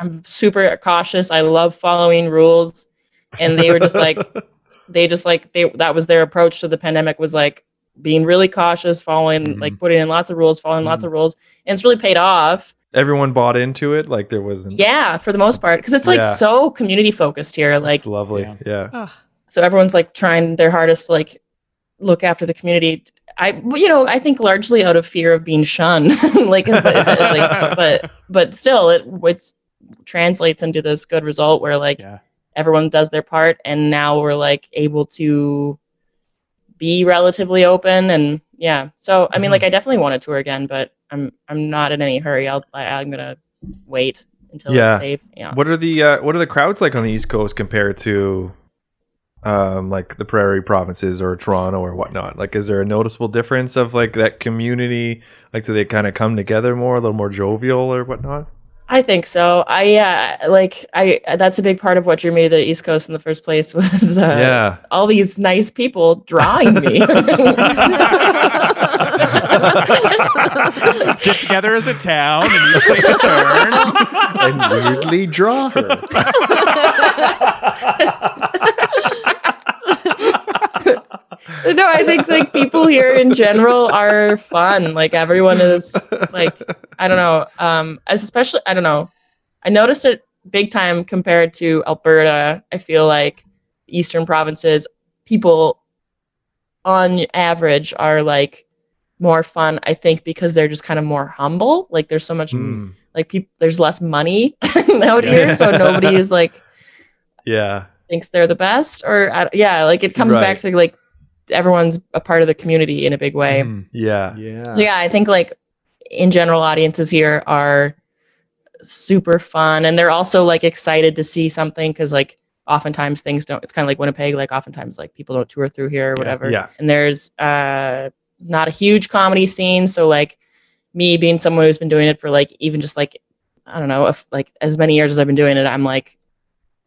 I'm super cautious. I love following rules, and they were just like they just like they that was their approach to the pandemic was like being really cautious, following Mhm. like putting in lots of rules, following lots of rules, and it's really paid off. Everyone bought into it. Like there wasn't. Yeah, for the most part, because it's like Yeah. so community focused here. Like, it's lovely. Yeah. so everyone's like trying their hardest to like look after the community. I, well, you know, I think largely out of fear of being shunned. like, is the, the- like, but but still, it it's translates into this good result where like Yeah. everyone does their part, and now we're like able to be relatively open and yeah. So I mean, like, I definitely want to tour again, but I'm I'm not in any hurry. I'll I, I'm gonna wait until Yeah. it's safe. Yeah. What are the uh, what are the crowds like on the East Coast compared to um, like the Prairie provinces or Toronto or whatnot? Like, is there a noticeable difference of like that community? Like, do they kind of come together more, a little more jovial or whatnot? I think so. I yeah, like I that's a big part of what drew me to the East Coast in the first place was uh, yeah, all these nice people drawing me. Get together as a town and you take a turn. and weirdly draw her. no, I think like people here in general are fun. Like everyone is like I don't know, um as especially I don't know. I noticed it big time compared to Alberta. I feel like eastern provinces people on average are like more fun, I think because they're just kind of more humble. Like there's so much Hmm. like people there's less money out here, so nobody is like yeah, thinks they're the best or I, yeah like it comes back Right. to like everyone's a part of the community in a big way Mm. Yeah. Yeah. so yeah i think like in general audiences here are super fun and they're also like excited to see something because like oftentimes things don't it's kind of like winnipeg like oftentimes like people don't tour through here or whatever yeah. and there's uh not a huge comedy scene so like me being someone who's been doing it for like even just like i don't know if like as many years as i've been doing it i'm like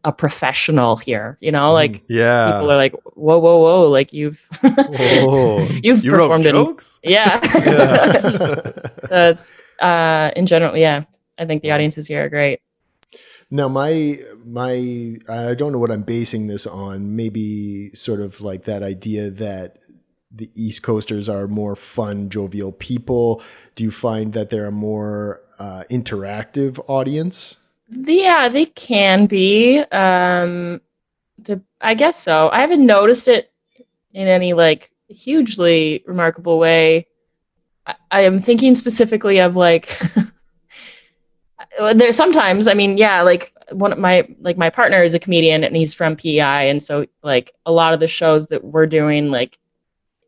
a professional here you know like Yeah. people are like whoa whoa whoa like you've Whoa. You've Oh. you wrote performed in- jokes? yeah, Yeah. that's uh in general yeah i think the audiences here are great Now my my I don't know what I'm basing this on. Maybe sort of like that idea that the East Coasters are more fun, jovial people. Do you find that they're a more uh, interactive audience? yeah they can be um to, i guess so i haven't noticed it in any like hugely remarkable way i, I am thinking specifically of like there sometimes i mean yeah like one of my like my partner is a comedian and he's from pei and so like a lot of the shows that we're doing like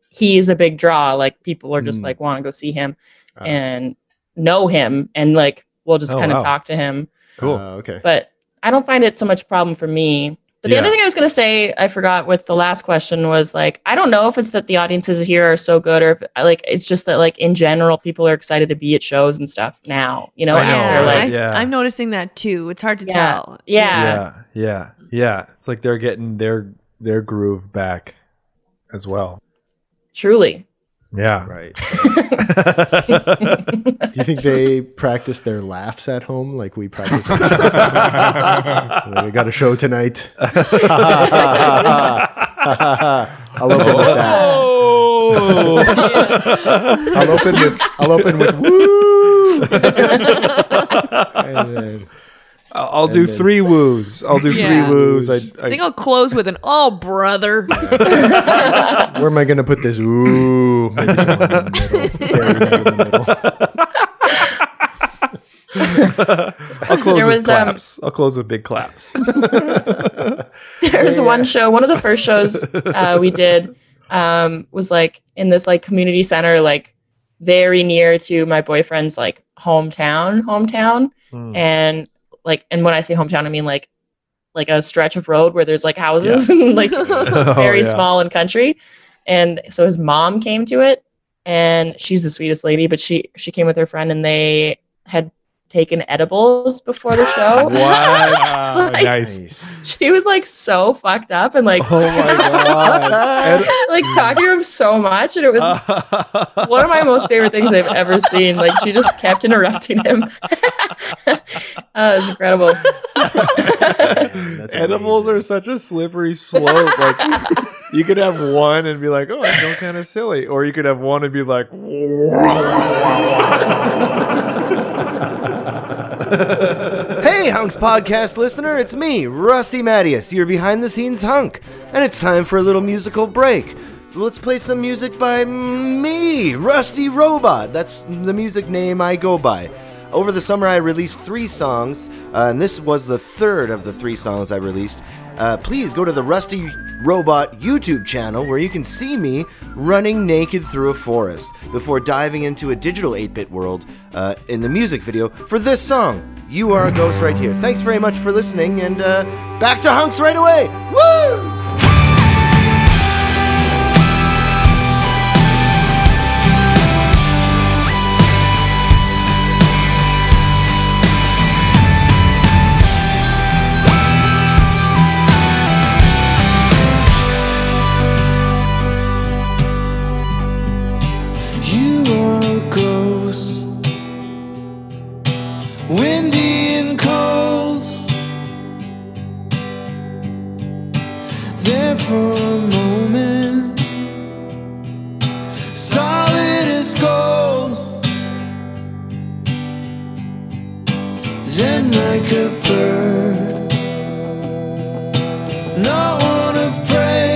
he is a big draw like people are just Mm. like want to go see him Ah. and know him and like we'll just Oh, kind of wow. talk to him Cool. Uh, okay. but I don't find it so much a problem for me. But the Yeah. other thing I was going to say, I forgot with the last question was like, I don't know if it's that the audiences here are so good or if like it's just that like in general people are excited to be at shows and stuff now, you know, I know, after right? like I, Yeah. I'm noticing that too. It's hard to Yeah. tell. Yeah. yeah. Yeah. Yeah. It's like they're getting their their groove back as well. truly. Yeah. Right. Do you think they practice their laughs at home like we practice? our jokes? Like, we got a show tonight. I'll open with that. oh. I'll open with I'll open with woo. And then- I'll I'll do then- three woos. I'll do Yeah. three woos. I, I think I, I'll close with an "Oh, brother." where am I going to put this? Ooh, maybe somewhere in the middle. Very right in the middle. I'll close There with was, um, claps. I'll close with big claps. There's one show, one of the first shows uh, we did um, was like in this like community center, like very near to my boyfriend's like hometown, hometown. Hmm. and like and when i say hometown i mean like like a stretch of road where there's like houses and like Oh, very yeah. small and country and so his mom came to it and she's the sweetest lady but she she came with her friend and they had taken edibles before the show Ah, Wow, Like- nice. she was like so fucked up and like Oh my god. like talking to him so much and it was one of my most favorite things i've ever seen like she just kept interrupting him oh, it was incredible That's Edibles amazing. are such a slippery slope. Like you could have one and be like, "Oh, I feel kind of silly," or you could have one and be like, Hey, Hunks podcast listener, it's me, Rusty Mattias, your behind the scenes hunk, and it's time for a little musical break. Let's play some music by me, Rusty Robot. That's the music name I go by. Over the summer, I released three songs, uh, and this was the third of the three songs I released. Uh, please go to the Rusty Robot YouTube channel where you can see me running naked through a forest before diving into a digital 8 bit world uh, in the music video for this song. You are a ghost right here. Thanks very much for listening, and uh, back to hunks right away. Woo! You are a ghost, windy and cold. There for a moment, solid as gold. Then, like a bird, no one of prey.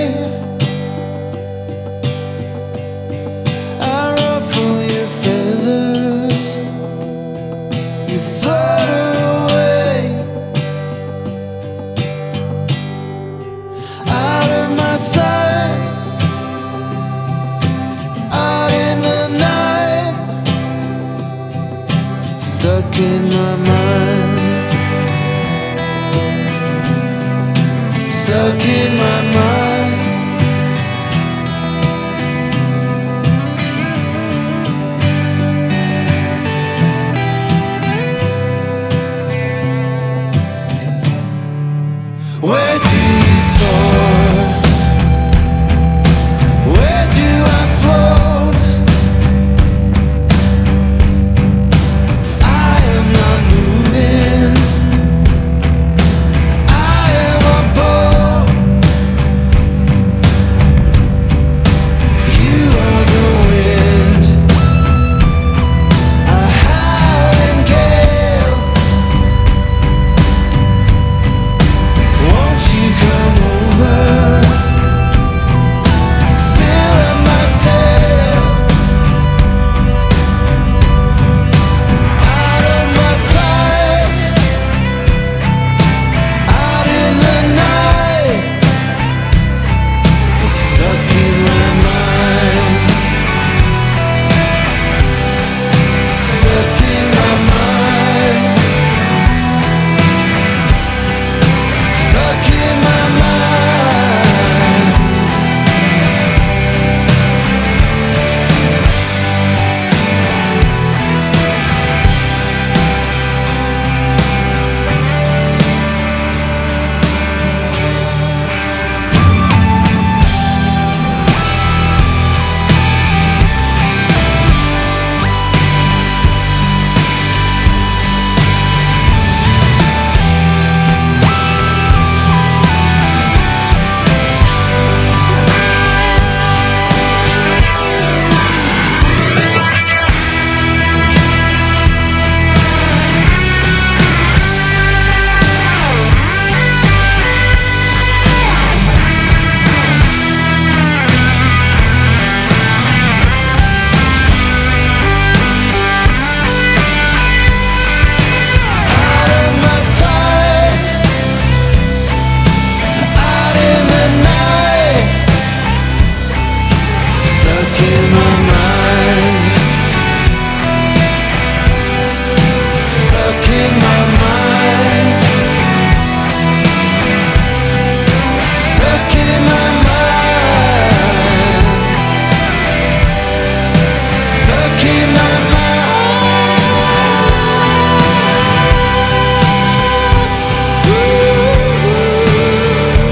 I ruffle your feathers, you flutter away. stuck in my mind. Where do you soar? Where do I float? I am not moving. I am a boat. You are the wind. A howling gale. Won't you come over? Fill up my sail. Out of my sight. Out in the night. Stuck in my mind. Stuck in my mind. Stuck in my mind. Stuck in my mind. Stuck in my mind. Stuck in my mind. Ooh.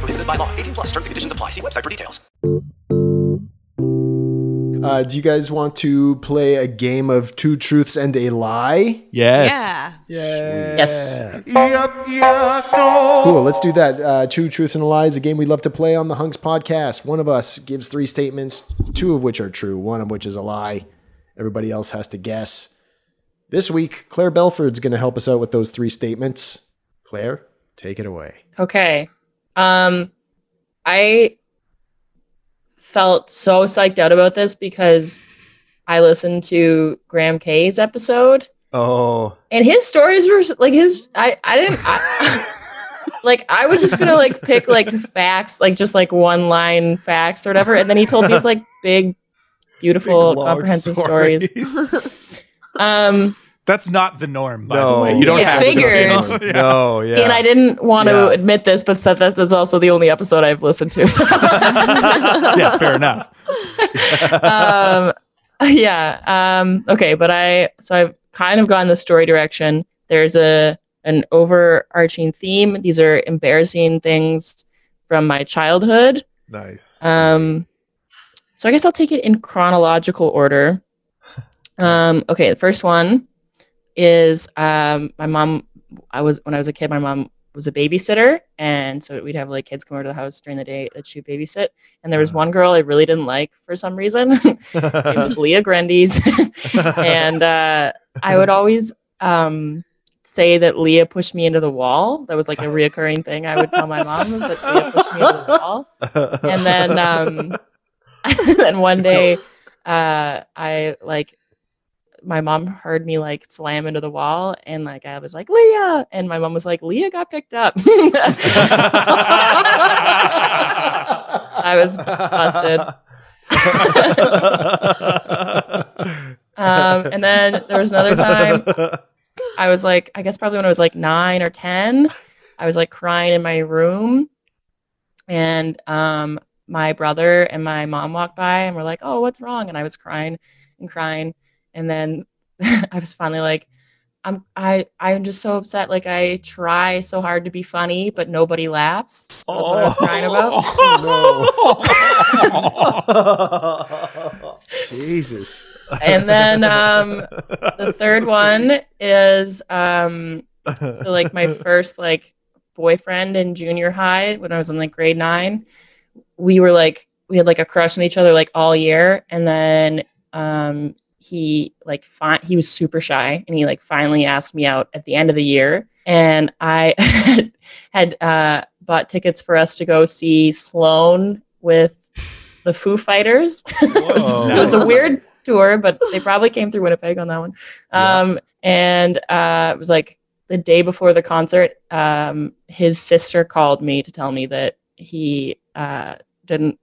prohibited by law, 18 plus terms and conditions apply. See website for details. Uh, do you guys want to play a game of two truths and a lie? Yes. Yeah. Yes. Yup, yup, no. Cool. Let's do that. Uh, two truths and a lie is a game we love to play on the Hunks podcast. One of us gives three statements, two of which are true, one of which is a lie. Everybody else has to guess. This week, Claire Belford's going to help us out with those three statements. Claire, take it away. Okay. Um I felt so psyched out about this because I listened to Graham K's episode Oh. and his stories were like his I I didn't I, like I was just going to like pick like facts, like just like one line facts or whatever and then he told these like big beautiful Big, long comprehensive stories. um That's not the norm, by No. the way. You don't It have to. figured. be- No, yeah. And I didn't want to admit this, but that, that is also the only episode I've listened to. so. yeah, fair enough. um, yeah. Um, okay, but I so I've kind of gone the story direction. There's a an overarching theme. These are embarrassing things from my childhood. Nice. Um, so I guess I'll take it in chronological order. Um, uh, okay, the first one is um, my mom. I was when I was a kid. My mom was a babysitter, and so we'd have like kids come over to the house during the day that she would babysit. And there was one girl I really didn't like for some reason. it was Leah Grandy's, and uh, I would always um, say that Leah pushed me into the wall. That was like a reoccurring thing I would tell my mom was that Leah pushed me into the wall. And then um, and one day uh, I like my mom heard me like slam into the wall and like I was like Leah and my mom was like Leah got picked up. I was busted. um, and then there was another time I was like I guess probably when I was like 9 or 10 I was like crying in my room and um my brother and my mom walked by and were like, "Oh, what's wrong?" And I was crying and crying, and then I was finally like, "I'm I I'm just so upset. Like I try so hard to be funny, but nobody laughs." So that's what I was crying about. Jesus. and then um, the third one is um, so like my first like boyfriend in junior high when I was in like grade nine. We were like we had like a crush on each other like all year, and then um, he like fi- he was super shy, and he like finally asked me out at the end of the year, and I had, uh, bought tickets for us to go see Sloan with the Foo Fighters. it, was, Oh. it was a weird tour, but they probably came through Winnipeg on that one. Um, And uh, it was like the day before the concert, um, his sister called me to tell me that he uh, didn't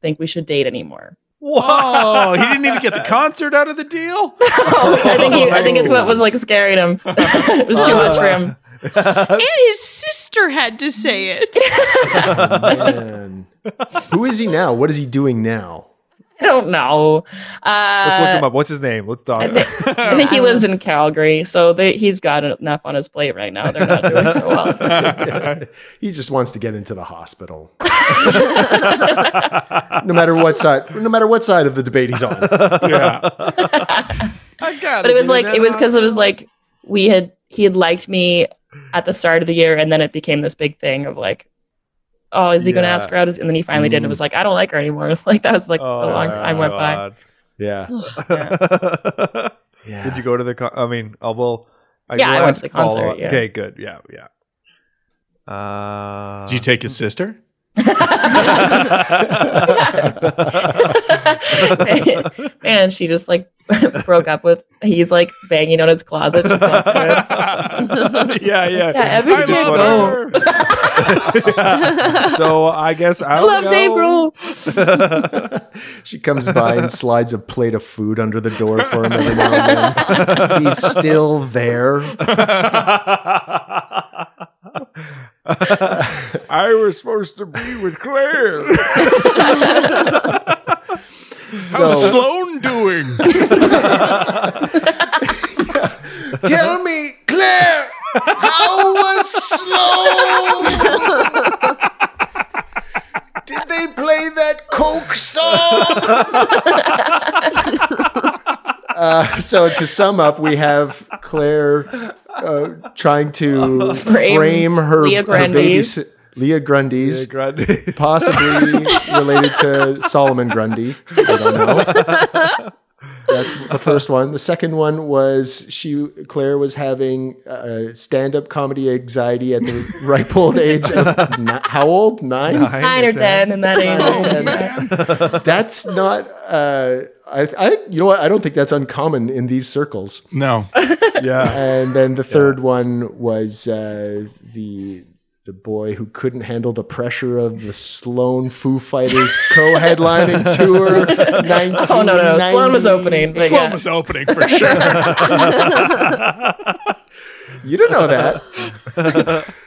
think we should date anymore. Whoa! He didn't even get the concert out of the deal. I think he, I think it's what was like scaring him. it was too much for him. and his sister had to say it. Man. Who is he now? What is he doing now? I don't know. Uh, Let's look him up. What's his name? Let's talk. I think, I think he lives in Calgary, so they, he's got enough on his plate right now. They're not doing so well. he just wants to get into the hospital. no matter what side, no matter what side of the debate he's on. Yeah. but it was like it was because it was like we had he had liked me at the start of the year and then it became this big thing of like oh is he gonna Yeah. ask her out and then he finally did and it was like i don't like her anymore like that was like a long time went by Yeah. Oh, Did you go to the? Con- I mean, uh, well, I Yeah, will I went ask to the concert, follow-up. yeah. Okay, good. Yeah, yeah. Uh, Did you take his sister? and she just like broke up with he's like banging on his closet she's like, yeah, yeah. Yeah, Evan I just can't wanna- so I guess I, Oh. i don't love know. dave grohl She comes by and slides a plate of food under the door for him every now and then. He's still there. I was supposed to be with Claire. How's Sloan doing? Tell me, Claire, how was Sloan? Did they play that Coke song? uh, so to sum up, we have Claire uh, trying to frame, Frame her, Leah her babysit- Grundy's. Leah Grundy's, Leah Grundy's. possibly related to Solomon Grundy. I don't know. That's the first one. The second one was she Claire was having uh, stand-up comedy anxiety at the ripe old age of ni- how old? Nine. nine or ten in that age That's not. Uh, I, I. You know what? I don't think that's uncommon in these circles. No. Yeah. And then the third one was uh, the the boy who couldn't handle the pressure of the Sloan Foo Fighters co-headlining tour. 1990. Oh, no, no, no. Sloan was opening, but Sloan yeah. was opening for sure. you don't know that.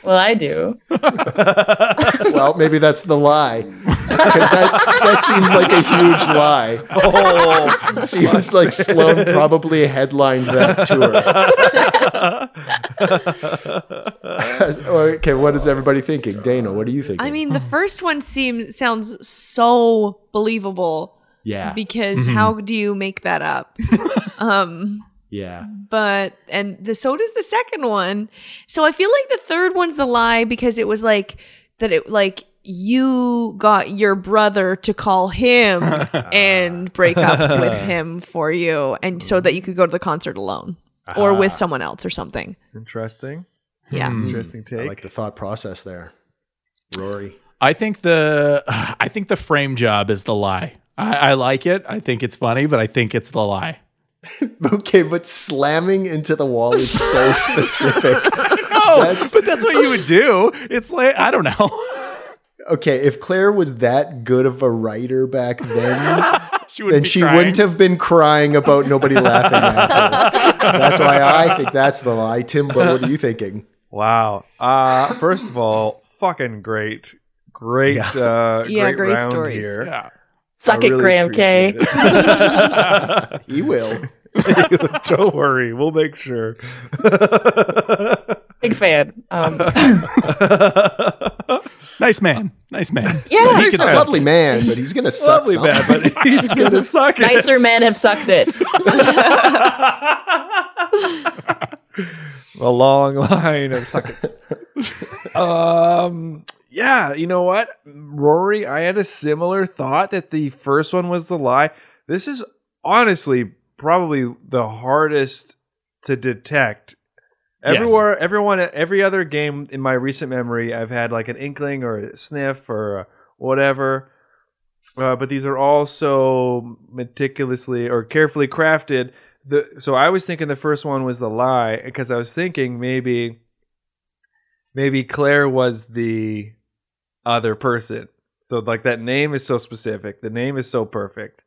well i do Well, maybe that's the lie. 'Cause That, that seems like a huge lie. Oh, seems like Sloan probably headlined that tour. okay, what is everybody thinking? Dana, what do you think? I mean, the first one seems sounds so believable Yeah. Mm-hmm. because Mhm. how do you make that up? um, Yeah. but and the so does the second one. So I feel like the third one's the lie because it was like that it like you got your brother to call him and break up with him for you and so that you could go to the concert alone or with Ah. someone else or something. Interesting. Yeah. Hmm. Interesting take. I like the thought process there, Rory. I think the I think the frame job is the lie. I, I like it. I think it's funny, but I think it's the lie. Okay, but slamming into the wall is so specific. No, but that's what you would do. It's like I don't know. Okay, if Claire was that good of a writer back then, she then she wouldn't have been crying about nobody laughing at her. That's why I think that's the lie. Timbo, what are you thinking? Wow. Uh, first of all, fucking great, great, uh, Yeah, great, great round stories. here. Yeah. Suck I it, Graham K. appreciate it. he will. Don't worry, we'll make sure. Big fan. Um, nice man. Nice man. Yeah. He He's could a suck lovely it. man, but he's gonna suck Lovely man, something. but he's gonna suck it. Nicer men have sucked it. a long line of suckets. um, yeah, you know what, Rory? I had a similar thought that the first one was the lie. This is honestly probably the hardest to detect. Yes. Everywhere, everyone, every other game in my recent memory, I've had like an inkling or a sniff or a whatever. Uh, but these are all so meticulously or carefully crafted. The so I was thinking the first one was the lie because I was thinking maybe maybe Claire was the other person. So like that name is so specific. The name is so perfect.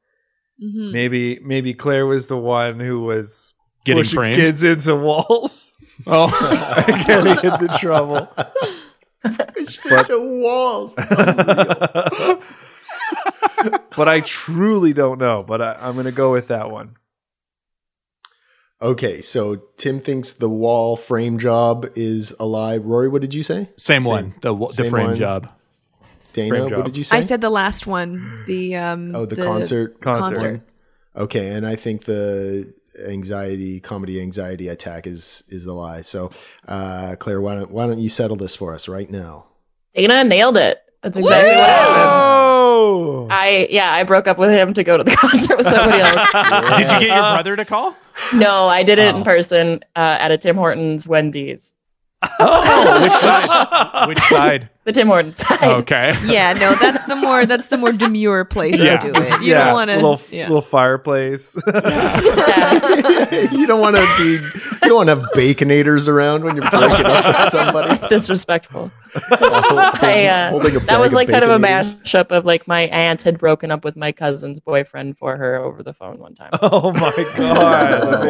Mhm. Maybe maybe Claire was the one who was Getting pushing framed? kids into walls. Oh, getting into trouble. Pushed But- into walls. That's unreal. But I truly don't know. But I, I'm gonna go with that one. Okay, so Tim thinks the wall frame job is a lie. Rory, what did you say? Same one, the wa- the frame job. Dana, Frame what job. did you say? I said the last one, the um oh, the, concert, concert. one. Okay, and I think the anxiety comedy anxiety attack is is the lie. So, uh, Claire, why don't why don't you settle this for us right now? Dana nailed it. That's exactly what happened. I yeah, I broke up with him to go to the concert with somebody else. Did you get your brother to call? No, I did it Oh. in person uh, at a Tim Hortons Wendy's. Oh, which side? Which side? The Tim Hortons side. Okay. yeah, Oh, no, that's the more that's the more demure place Yeah. to do it. You Yeah, don't want to little, little fireplace. you don't want to be you don't want to have baconators around when you're breaking up with somebody. It's disrespectful. I, uh, holding a that was bag like of kind of a Baconators. mashup of like my aunt had broken up with my cousin's boyfriend for her over the phone one time. Oh my god!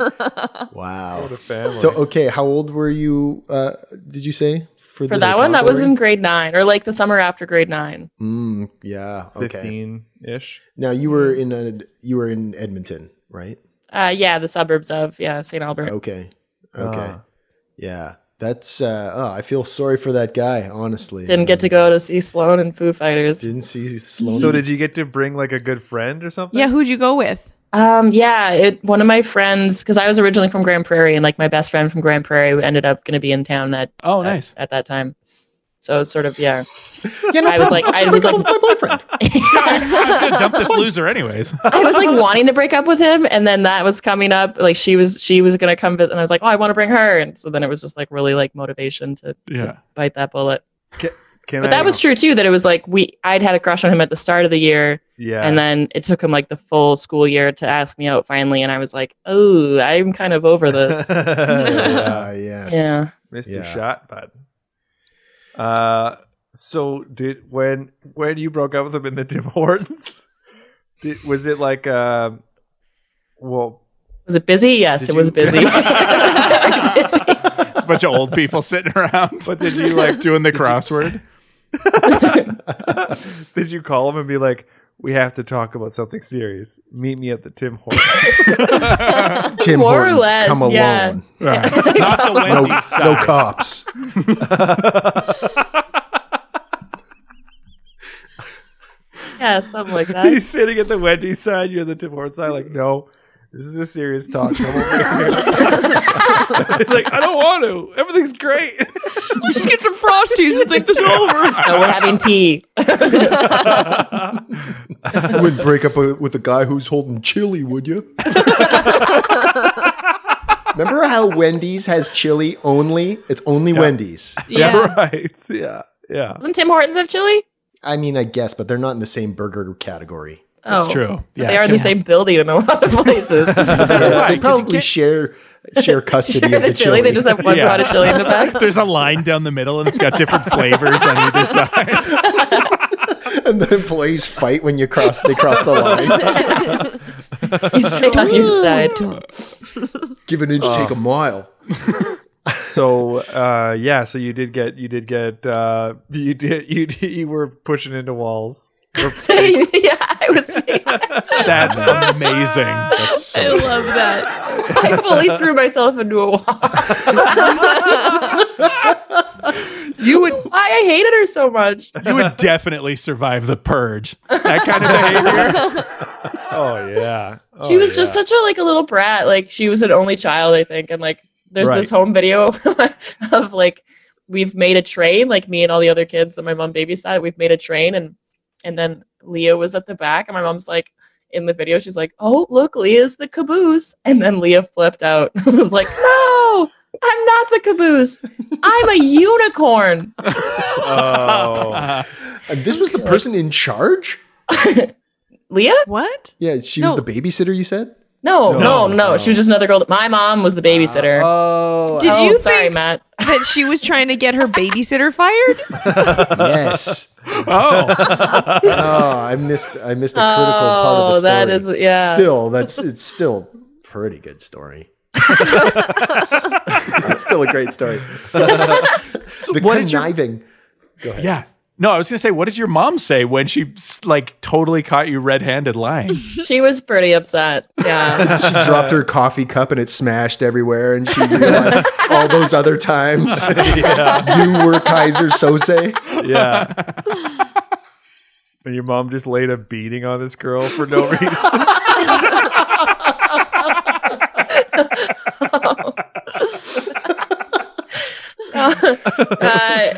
wow. Wow. What a family. So, okay, how old were you? Uh, did you say For the that one, that was concert? in grade nine or like the summer after grade nine. Mm, yeah, okay. fifteen ish. Now you were in a, you were in Edmonton, right? Uh, yeah, the suburbs of yeah St. Albert. Okay, okay, Ah. yeah. That's uh, oh, I feel sorry for that guy. Honestly, Didn't get to go to see Sloan and Foo Fighters. Didn't see Sloan. So did you get to bring like a good friend or something? Yeah, who'd you go with? Um, yeah, it, one of my friends, because I was originally from Grand Prairie, and like my best friend from Grand Prairie ended up going to be in town that oh nice at, that time. So it was sort of yeah, yeah I was like I was like my boyfriend. I'm gonna dump this loser anyways. I was like wanting to break up with him, and then that was coming up. Like she was she was going to come, visit, and I was like, oh, I want to bring her, and so then it was just like really like motivation to, to Yeah. bite that bullet. Can but I- that was true too. That it was like we I'd had a crush on him at the start of the year, Yeah. and then it took him like the full school year to ask me out finally, and I was like, oh, I'm kind of over this. yeah, Ah, yes. Yeah. Missed your Yeah. shot, bud. Uh, so did when when you broke up with him in the Tim Hortons? Did, was it like uh, well? Was it busy? Yes, Did it was you- busy. It's a bunch of old people sitting around. But did you, like- doing the crossword? Did you call him and be like, "We have to talk about something serious. Meet me at the Tim Hortons." Tim More or Hortons, less, come yeah. alone. Yeah. Not the no, Wendy's no side. cops. yeah, something like that. He's sitting at the Wendy's side. You're the Tim Hortons side. Like, no, This is a serious talk. Come over here. It's like, I don't want to. Everything's great. You should get some Frosties and think this over. No, we're having tea. you wouldn't break up a, with a guy who's holding chili, would you? Remember how Wendy's has chili only? It's only Wendy's. Yeah. Yeah, right. Yeah, yeah. Doesn't Tim Hortons have chili? I mean, I guess, but they're not in the same burger category. Oh. But they are in the same building in a lot of places. Yes, they probably share share custody Share of the the chili, chili. they just have one Yeah. pot of chili in the back. There's a line down the middle, and it's got different flavors on either side. and the employees fight when you cross they cross the line. You stay on your side. Give an inch, take a mile. so uh, yeah, so you did get you did get uh, you did you did, you were pushing into walls. We're- yeah, I was. That's amazing. That's so I love that. I fully threw myself into a wall. you would. Why I hated her so much. You would definitely survive the purge. That kind of behavior. oh yeah. she was just such a like a little brat. Like she was an only child, I think, and like there's this Right. home video of like we've made a train, like me and all the other kids that my mom babysat. We've made a train, and and then Leah was at the back, and my mom's like in the video, she's like, "Oh look, Leah's the caboose," and then Leah flipped out. I was like, "No." I'm not the caboose. I'm a unicorn. Oh. and this was the person in charge? Leah? What? Yeah, she No. was the babysitter you said? No, no, no, No, She was just another girl. that- My mom was the babysitter. Uh, oh, Did you sorry, think- Matt? that she was trying to get her babysitter fired. yes. Oh, Oh. I missed I missed a critical part of the Oh, story. that is- yeah. Still, that's it's still pretty good story. it's still a great story. the what did your- conniving. Go ahead. Yeah. No, I was gonna say, what did your mom say when she like totally caught you red-handed lying? She was pretty upset. Yeah. she dropped her coffee cup and it smashed everywhere and she realized all those other times you were kaiser sose yeah. And your mom just laid a beating on this girl for no reason. uh,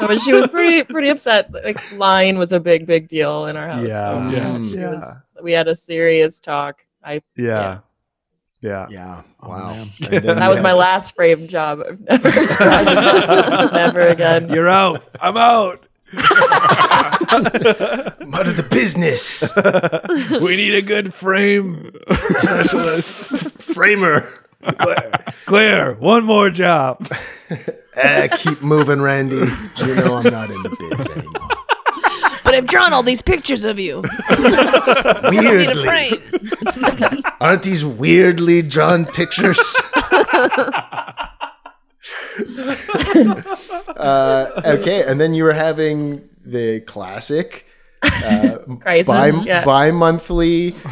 no, but she was pretty pretty upset. Like lying was a big big deal in our house. Yeah, So, yeah, she yeah. was- we had a serious talk. I Yeah. Yeah. Yeah. Wow. that was my last frame job. I've never tried it. never again. You're out. I'm out. Out of the business. we need a good frame specialist. Framer. Claire, Claire, one more job. Eh, keep moving, Randy. You know I'm not in the biz anymore. But I've drawn all these pictures of you. Weirdly. Aren't these weirdly drawn pictures? uh, okay, and then you were having the classic uh, Crisis, bi- yeah. bi-monthly so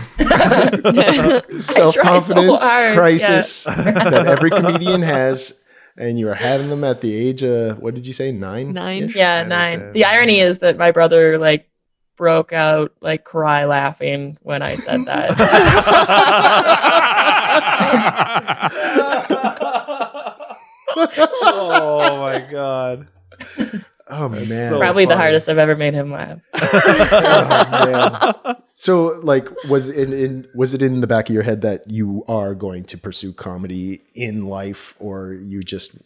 self-confidence hard, crisis yeah. that every comedian has, and you were having them at the age of what did you say nine? Nine. Yeah, nine. The irony is that my brother like broke out like cry laughing when I said Oh, that. oh my god. Oh That's man, so Probably the funny. hardest I've ever made him laugh. Oh, man. So like was it in, in was it in the back of your head that you are going to pursue comedy in life or you just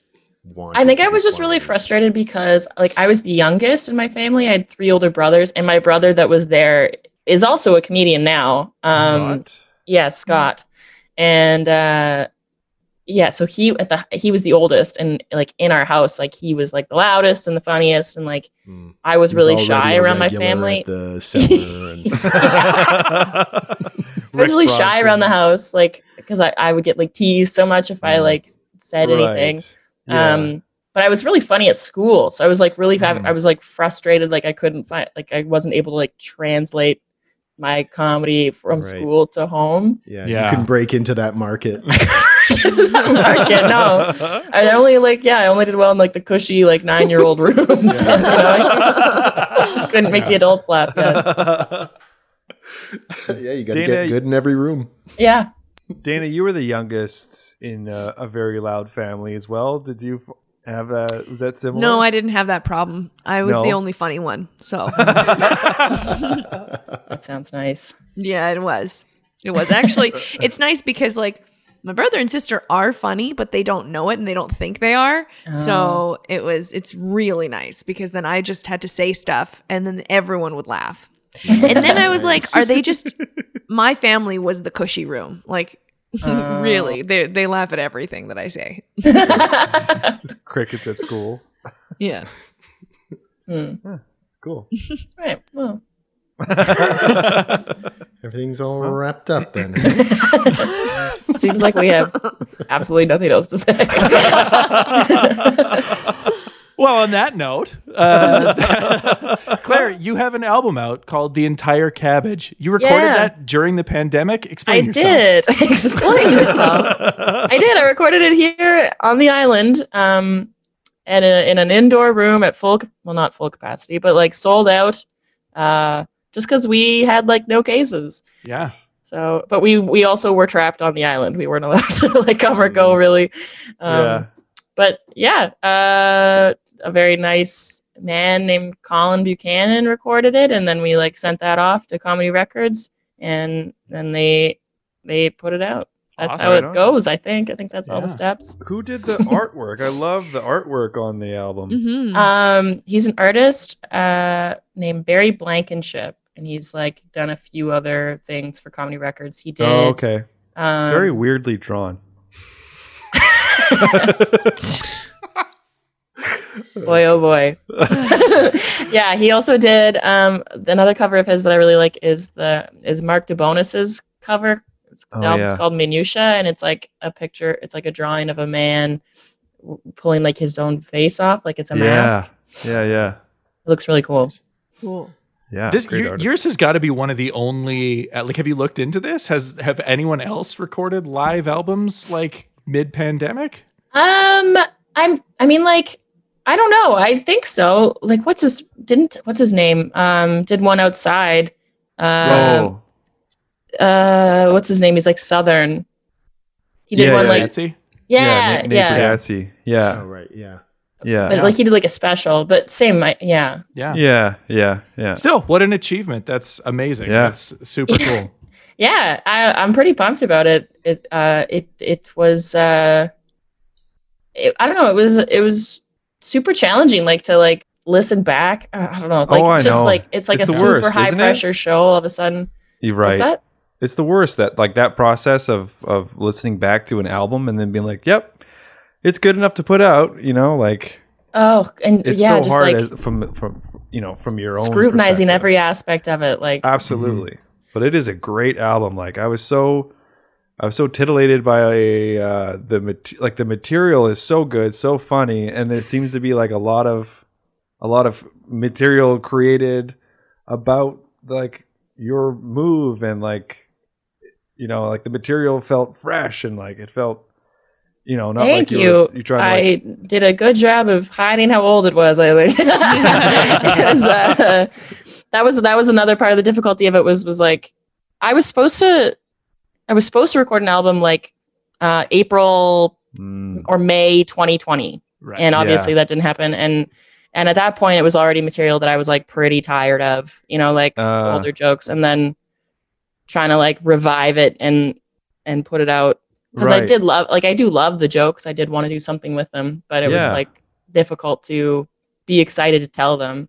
want I think I was just really frustrated because like I was the youngest in my family. I had three older brothers, and my brother that was there is also a comedian now. Um yeah, Scott. And uh yeah, so he at the he was the oldest and like in our house, like he was like the loudest and the funniest and like Mm. I was really shy around my family. the cellar and- I was really shy Bronson. around the house, like because I, I would get like teased so much if I like said Right. anything. Yeah. Hmm. Um, but I was really funny at school, so I was like really fa- I was like frustrated, like I couldn't find like I wasn't able to like translate my comedy from Right. school to home. yeah, Yeah. you can break into that market I can't know. I only like yeah, I only did well in like the cushy like nine year old rooms. You know, I couldn't make the adults laugh. Yet. yeah, you got to Dana, get good in every room. Yeah. Dana, you were the youngest in uh, a very loud family as well. Did you f- have that? Was that similar? No, I didn't have that problem. I was No. the only funny one. So That sounds nice. yeah, it was. It was actually. it's nice because like my brother and sister are funny, but they don't know it and they don't think they are. Oh. So it was. It's really nice because then I just had to say stuff and then everyone would laugh. and then I was like, are they just? My family was the cushy room. Like. Oh. really, they they laugh at everything that I say. Crickets at school. Yeah. Cool. Right. Well. Everything's all wrapped up then. Seems like we have absolutely nothing else to say. Well, on that note, uh, Claire, you have an album out called "The Entire Cabbage." You recorded Yeah. that during the pandemic. Explain I yourself. did. Explain yourself. I did. I recorded it here on the island, um, at a, in an indoor room at full, c- well, not full capacity, but like sold out, uh, just because we had like no cases. Yeah. So, but we we also were trapped on the island. We weren't allowed to like come or go really. Um, Yeah. But yeah, uh, a very nice man named Colin Buchanan recorded it, and then we like sent that off to Comedy Records, and then they they put it out. That's Awesome. how Right it on. goes. I think. I think that's all the steps. Who did the artwork? I love the artwork on the album. Mm. Um, he's an artist uh, named Barry Blankenship, and he's like done a few other things for Comedy Records. He did. Oh, okay. Um, it's very weirdly drawn. boy oh boy yeah he also did um another cover of his that i really like is the is mark debonis's cover it's, the Oh, album's yeah. called minutia and it's like a picture it's like a drawing of a man w- pulling like his own face off like it's a mask Yeah, yeah. it looks really cool cool Yeah. This, great your- artist. yours has got to be one of the only. uh, Like, have you looked into this? Has have anyone else recorded live albums like mid pandemic? um i'm i mean like i don't know i think so like what's his didn't what's his name um did one outside um uh what's his name he's like southern he did Yeah, one yeah, like Patsy? yeah Nick, Nick yeah. Bargatze. Yeah. Oh, right. Yeah. Yeah. but like he did like a special but same I, yeah yeah yeah, yeah, yeah. Still, what an achievement! That's amazing. Yeah. That's super cool. yeah I, i'm pretty pumped about it it uh it it was uh it, i don't know it was it was super challenging like to like listen back Uh, i don't know like Oh, it's I just know. like it's like It's a the super worst, high isn't it? pressure show all of a sudden You're right. What's that? It's the worst that like that process of of listening back to an album and then being like, "Yep, it's good enough to put out," you know, like oh and it's yeah so just hard like as, from from you know, from your own scrutinizing every aspect of it like Uh, Absolutely. But it is a great album. Like I was so I was so titillated by uh, the mat- like the material is so good, so funny, and there seems to be like a lot of a lot of material created about like your move and like you know like the material felt fresh and like it felt you know not Thank like you you. were, you trying to I like, did a good job of hiding how old it was. I think 'Cause, uh, that was that was another part of the difficulty of it was was like I was supposed to I was supposed to record an album like uh, April Mm. or May 2020, Right. and obviously Yeah. that didn't happen. And and at that point, it was already material that I was like pretty tired of, you know, like Uh. older jokes, and then trying to like revive it and and put it out because I Right. did love like I do love the jokes. I did want to do something with them, but it was Yeah. like difficult to be excited to tell them.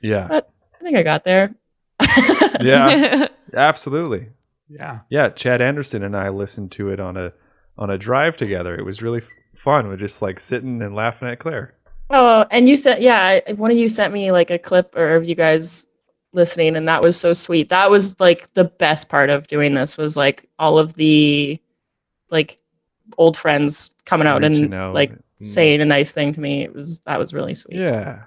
yeah But I think I got there. Uh, yeah absolutely Yeah. yeah chad anderson and i listened to it on a on a drive together it was really f- fun we're just like sitting and laughing at claire Oh, and you said yeah, I- one of you sent me like a clip or of you guys listening and that was so sweet. That was like the best part of doing this was like all of the like old friends coming out Reaching and out. like saying a nice thing to me. It was that was really sweet. Mm. yeah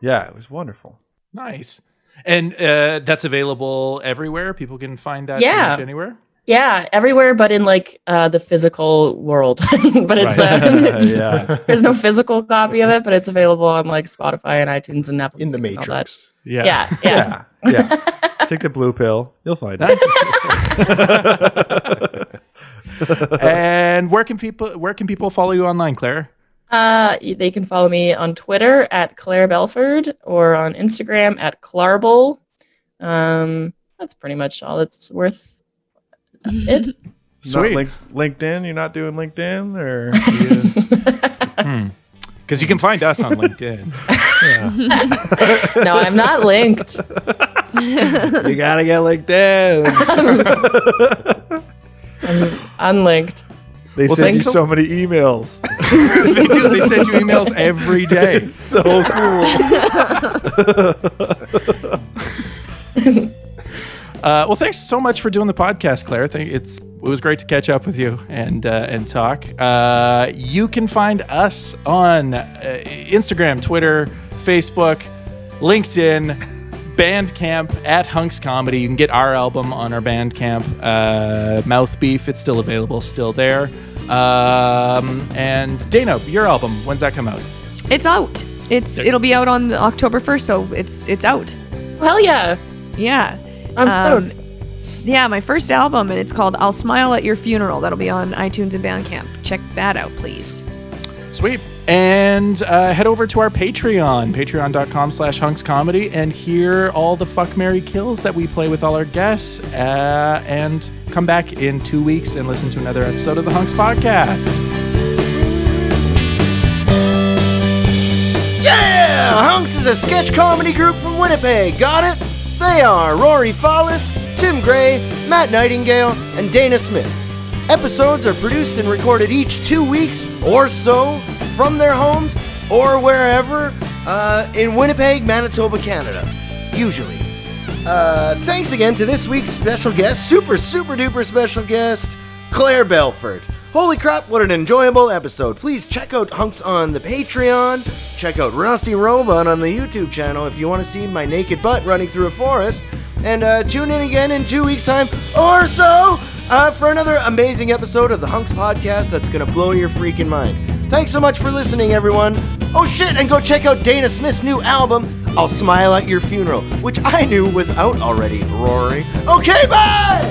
yeah it was wonderful Nice. And uh, that's available everywhere. People can find that pretty Yeah. much anywhere. Yeah, everywhere, but in like uh, the physical world. but it's, Right. uh, it's- Yeah. there's no physical copy of it, but it's available on like Spotify and iTunes and Apple. In the Matrix. Yeah. Yeah. Yeah. yeah Take the blue pill. You'll find out. and where can people where can people follow you online, Claire? Uh, y- they can follow me on Twitter at Claire Belford or on Instagram at Clarble. Um, that's pretty much all that's worth it. Sweet. link, LinkedIn. You're not doing LinkedIn, or because you can find us on LinkedIn. no, I'm not linked. you gotta get LinkedIn. I'm unlinked. They Well, send you thanks a- so many emails. they do. They send you emails every day. It's so cool. Uh, well, thanks so much for doing the podcast, Claire. Thank, it's it was great to catch up with you and uh, and talk. Uh, you can find us on uh, Instagram, Twitter, Facebook, LinkedIn, Bandcamp at Hunks Comedy. You can get our album on our Bandcamp. Uh, Mouth Beef, it's still available, still there. Um, and Dana, your album, when's that come out? It's out. It's it'll be out on the October first, so it's it's out. Well, yeah, yeah. Um, I'm stoked. Yeah, my first album, and it's called "I'll Smile at Your Funeral." That'll be on iTunes and Bandcamp. Check that out, please. Sweet. And uh, head over to our Patreon, patreon.com slash hunks comedy, and hear all the fuck Mary kills that we play with all our guests. Uh, and come back in two weeks and listen to another episode of the Hunks Podcast. Yeah! Hunks is a sketch comedy group from Winnipeg, got it? They are Rory Fallis, Tim Gray, Matt Nightingale, and Dana Smith. Episodes are produced and recorded each two weeks or so from their homes or wherever uh, in Winnipeg, Manitoba, Canada, usually. Uh, thanks again to this week's special guest, super, super duper special guest, Claire Belford. Holy crap, what an enjoyable episode. Please check out Hunks on the Patreon. Check out Rusty Robot on the YouTube channel if you want to see my naked butt running through a forest. And uh, tune in again in two weeks' time or so uh, for another amazing episode of the Hunks podcast that's going to blow your freaking mind. Thanks so much for listening, everyone. Oh shit, and go check out Dana Smith's new album, I'll Smile at Your Funeral, which I knew was out already, Rory. Okay, bye!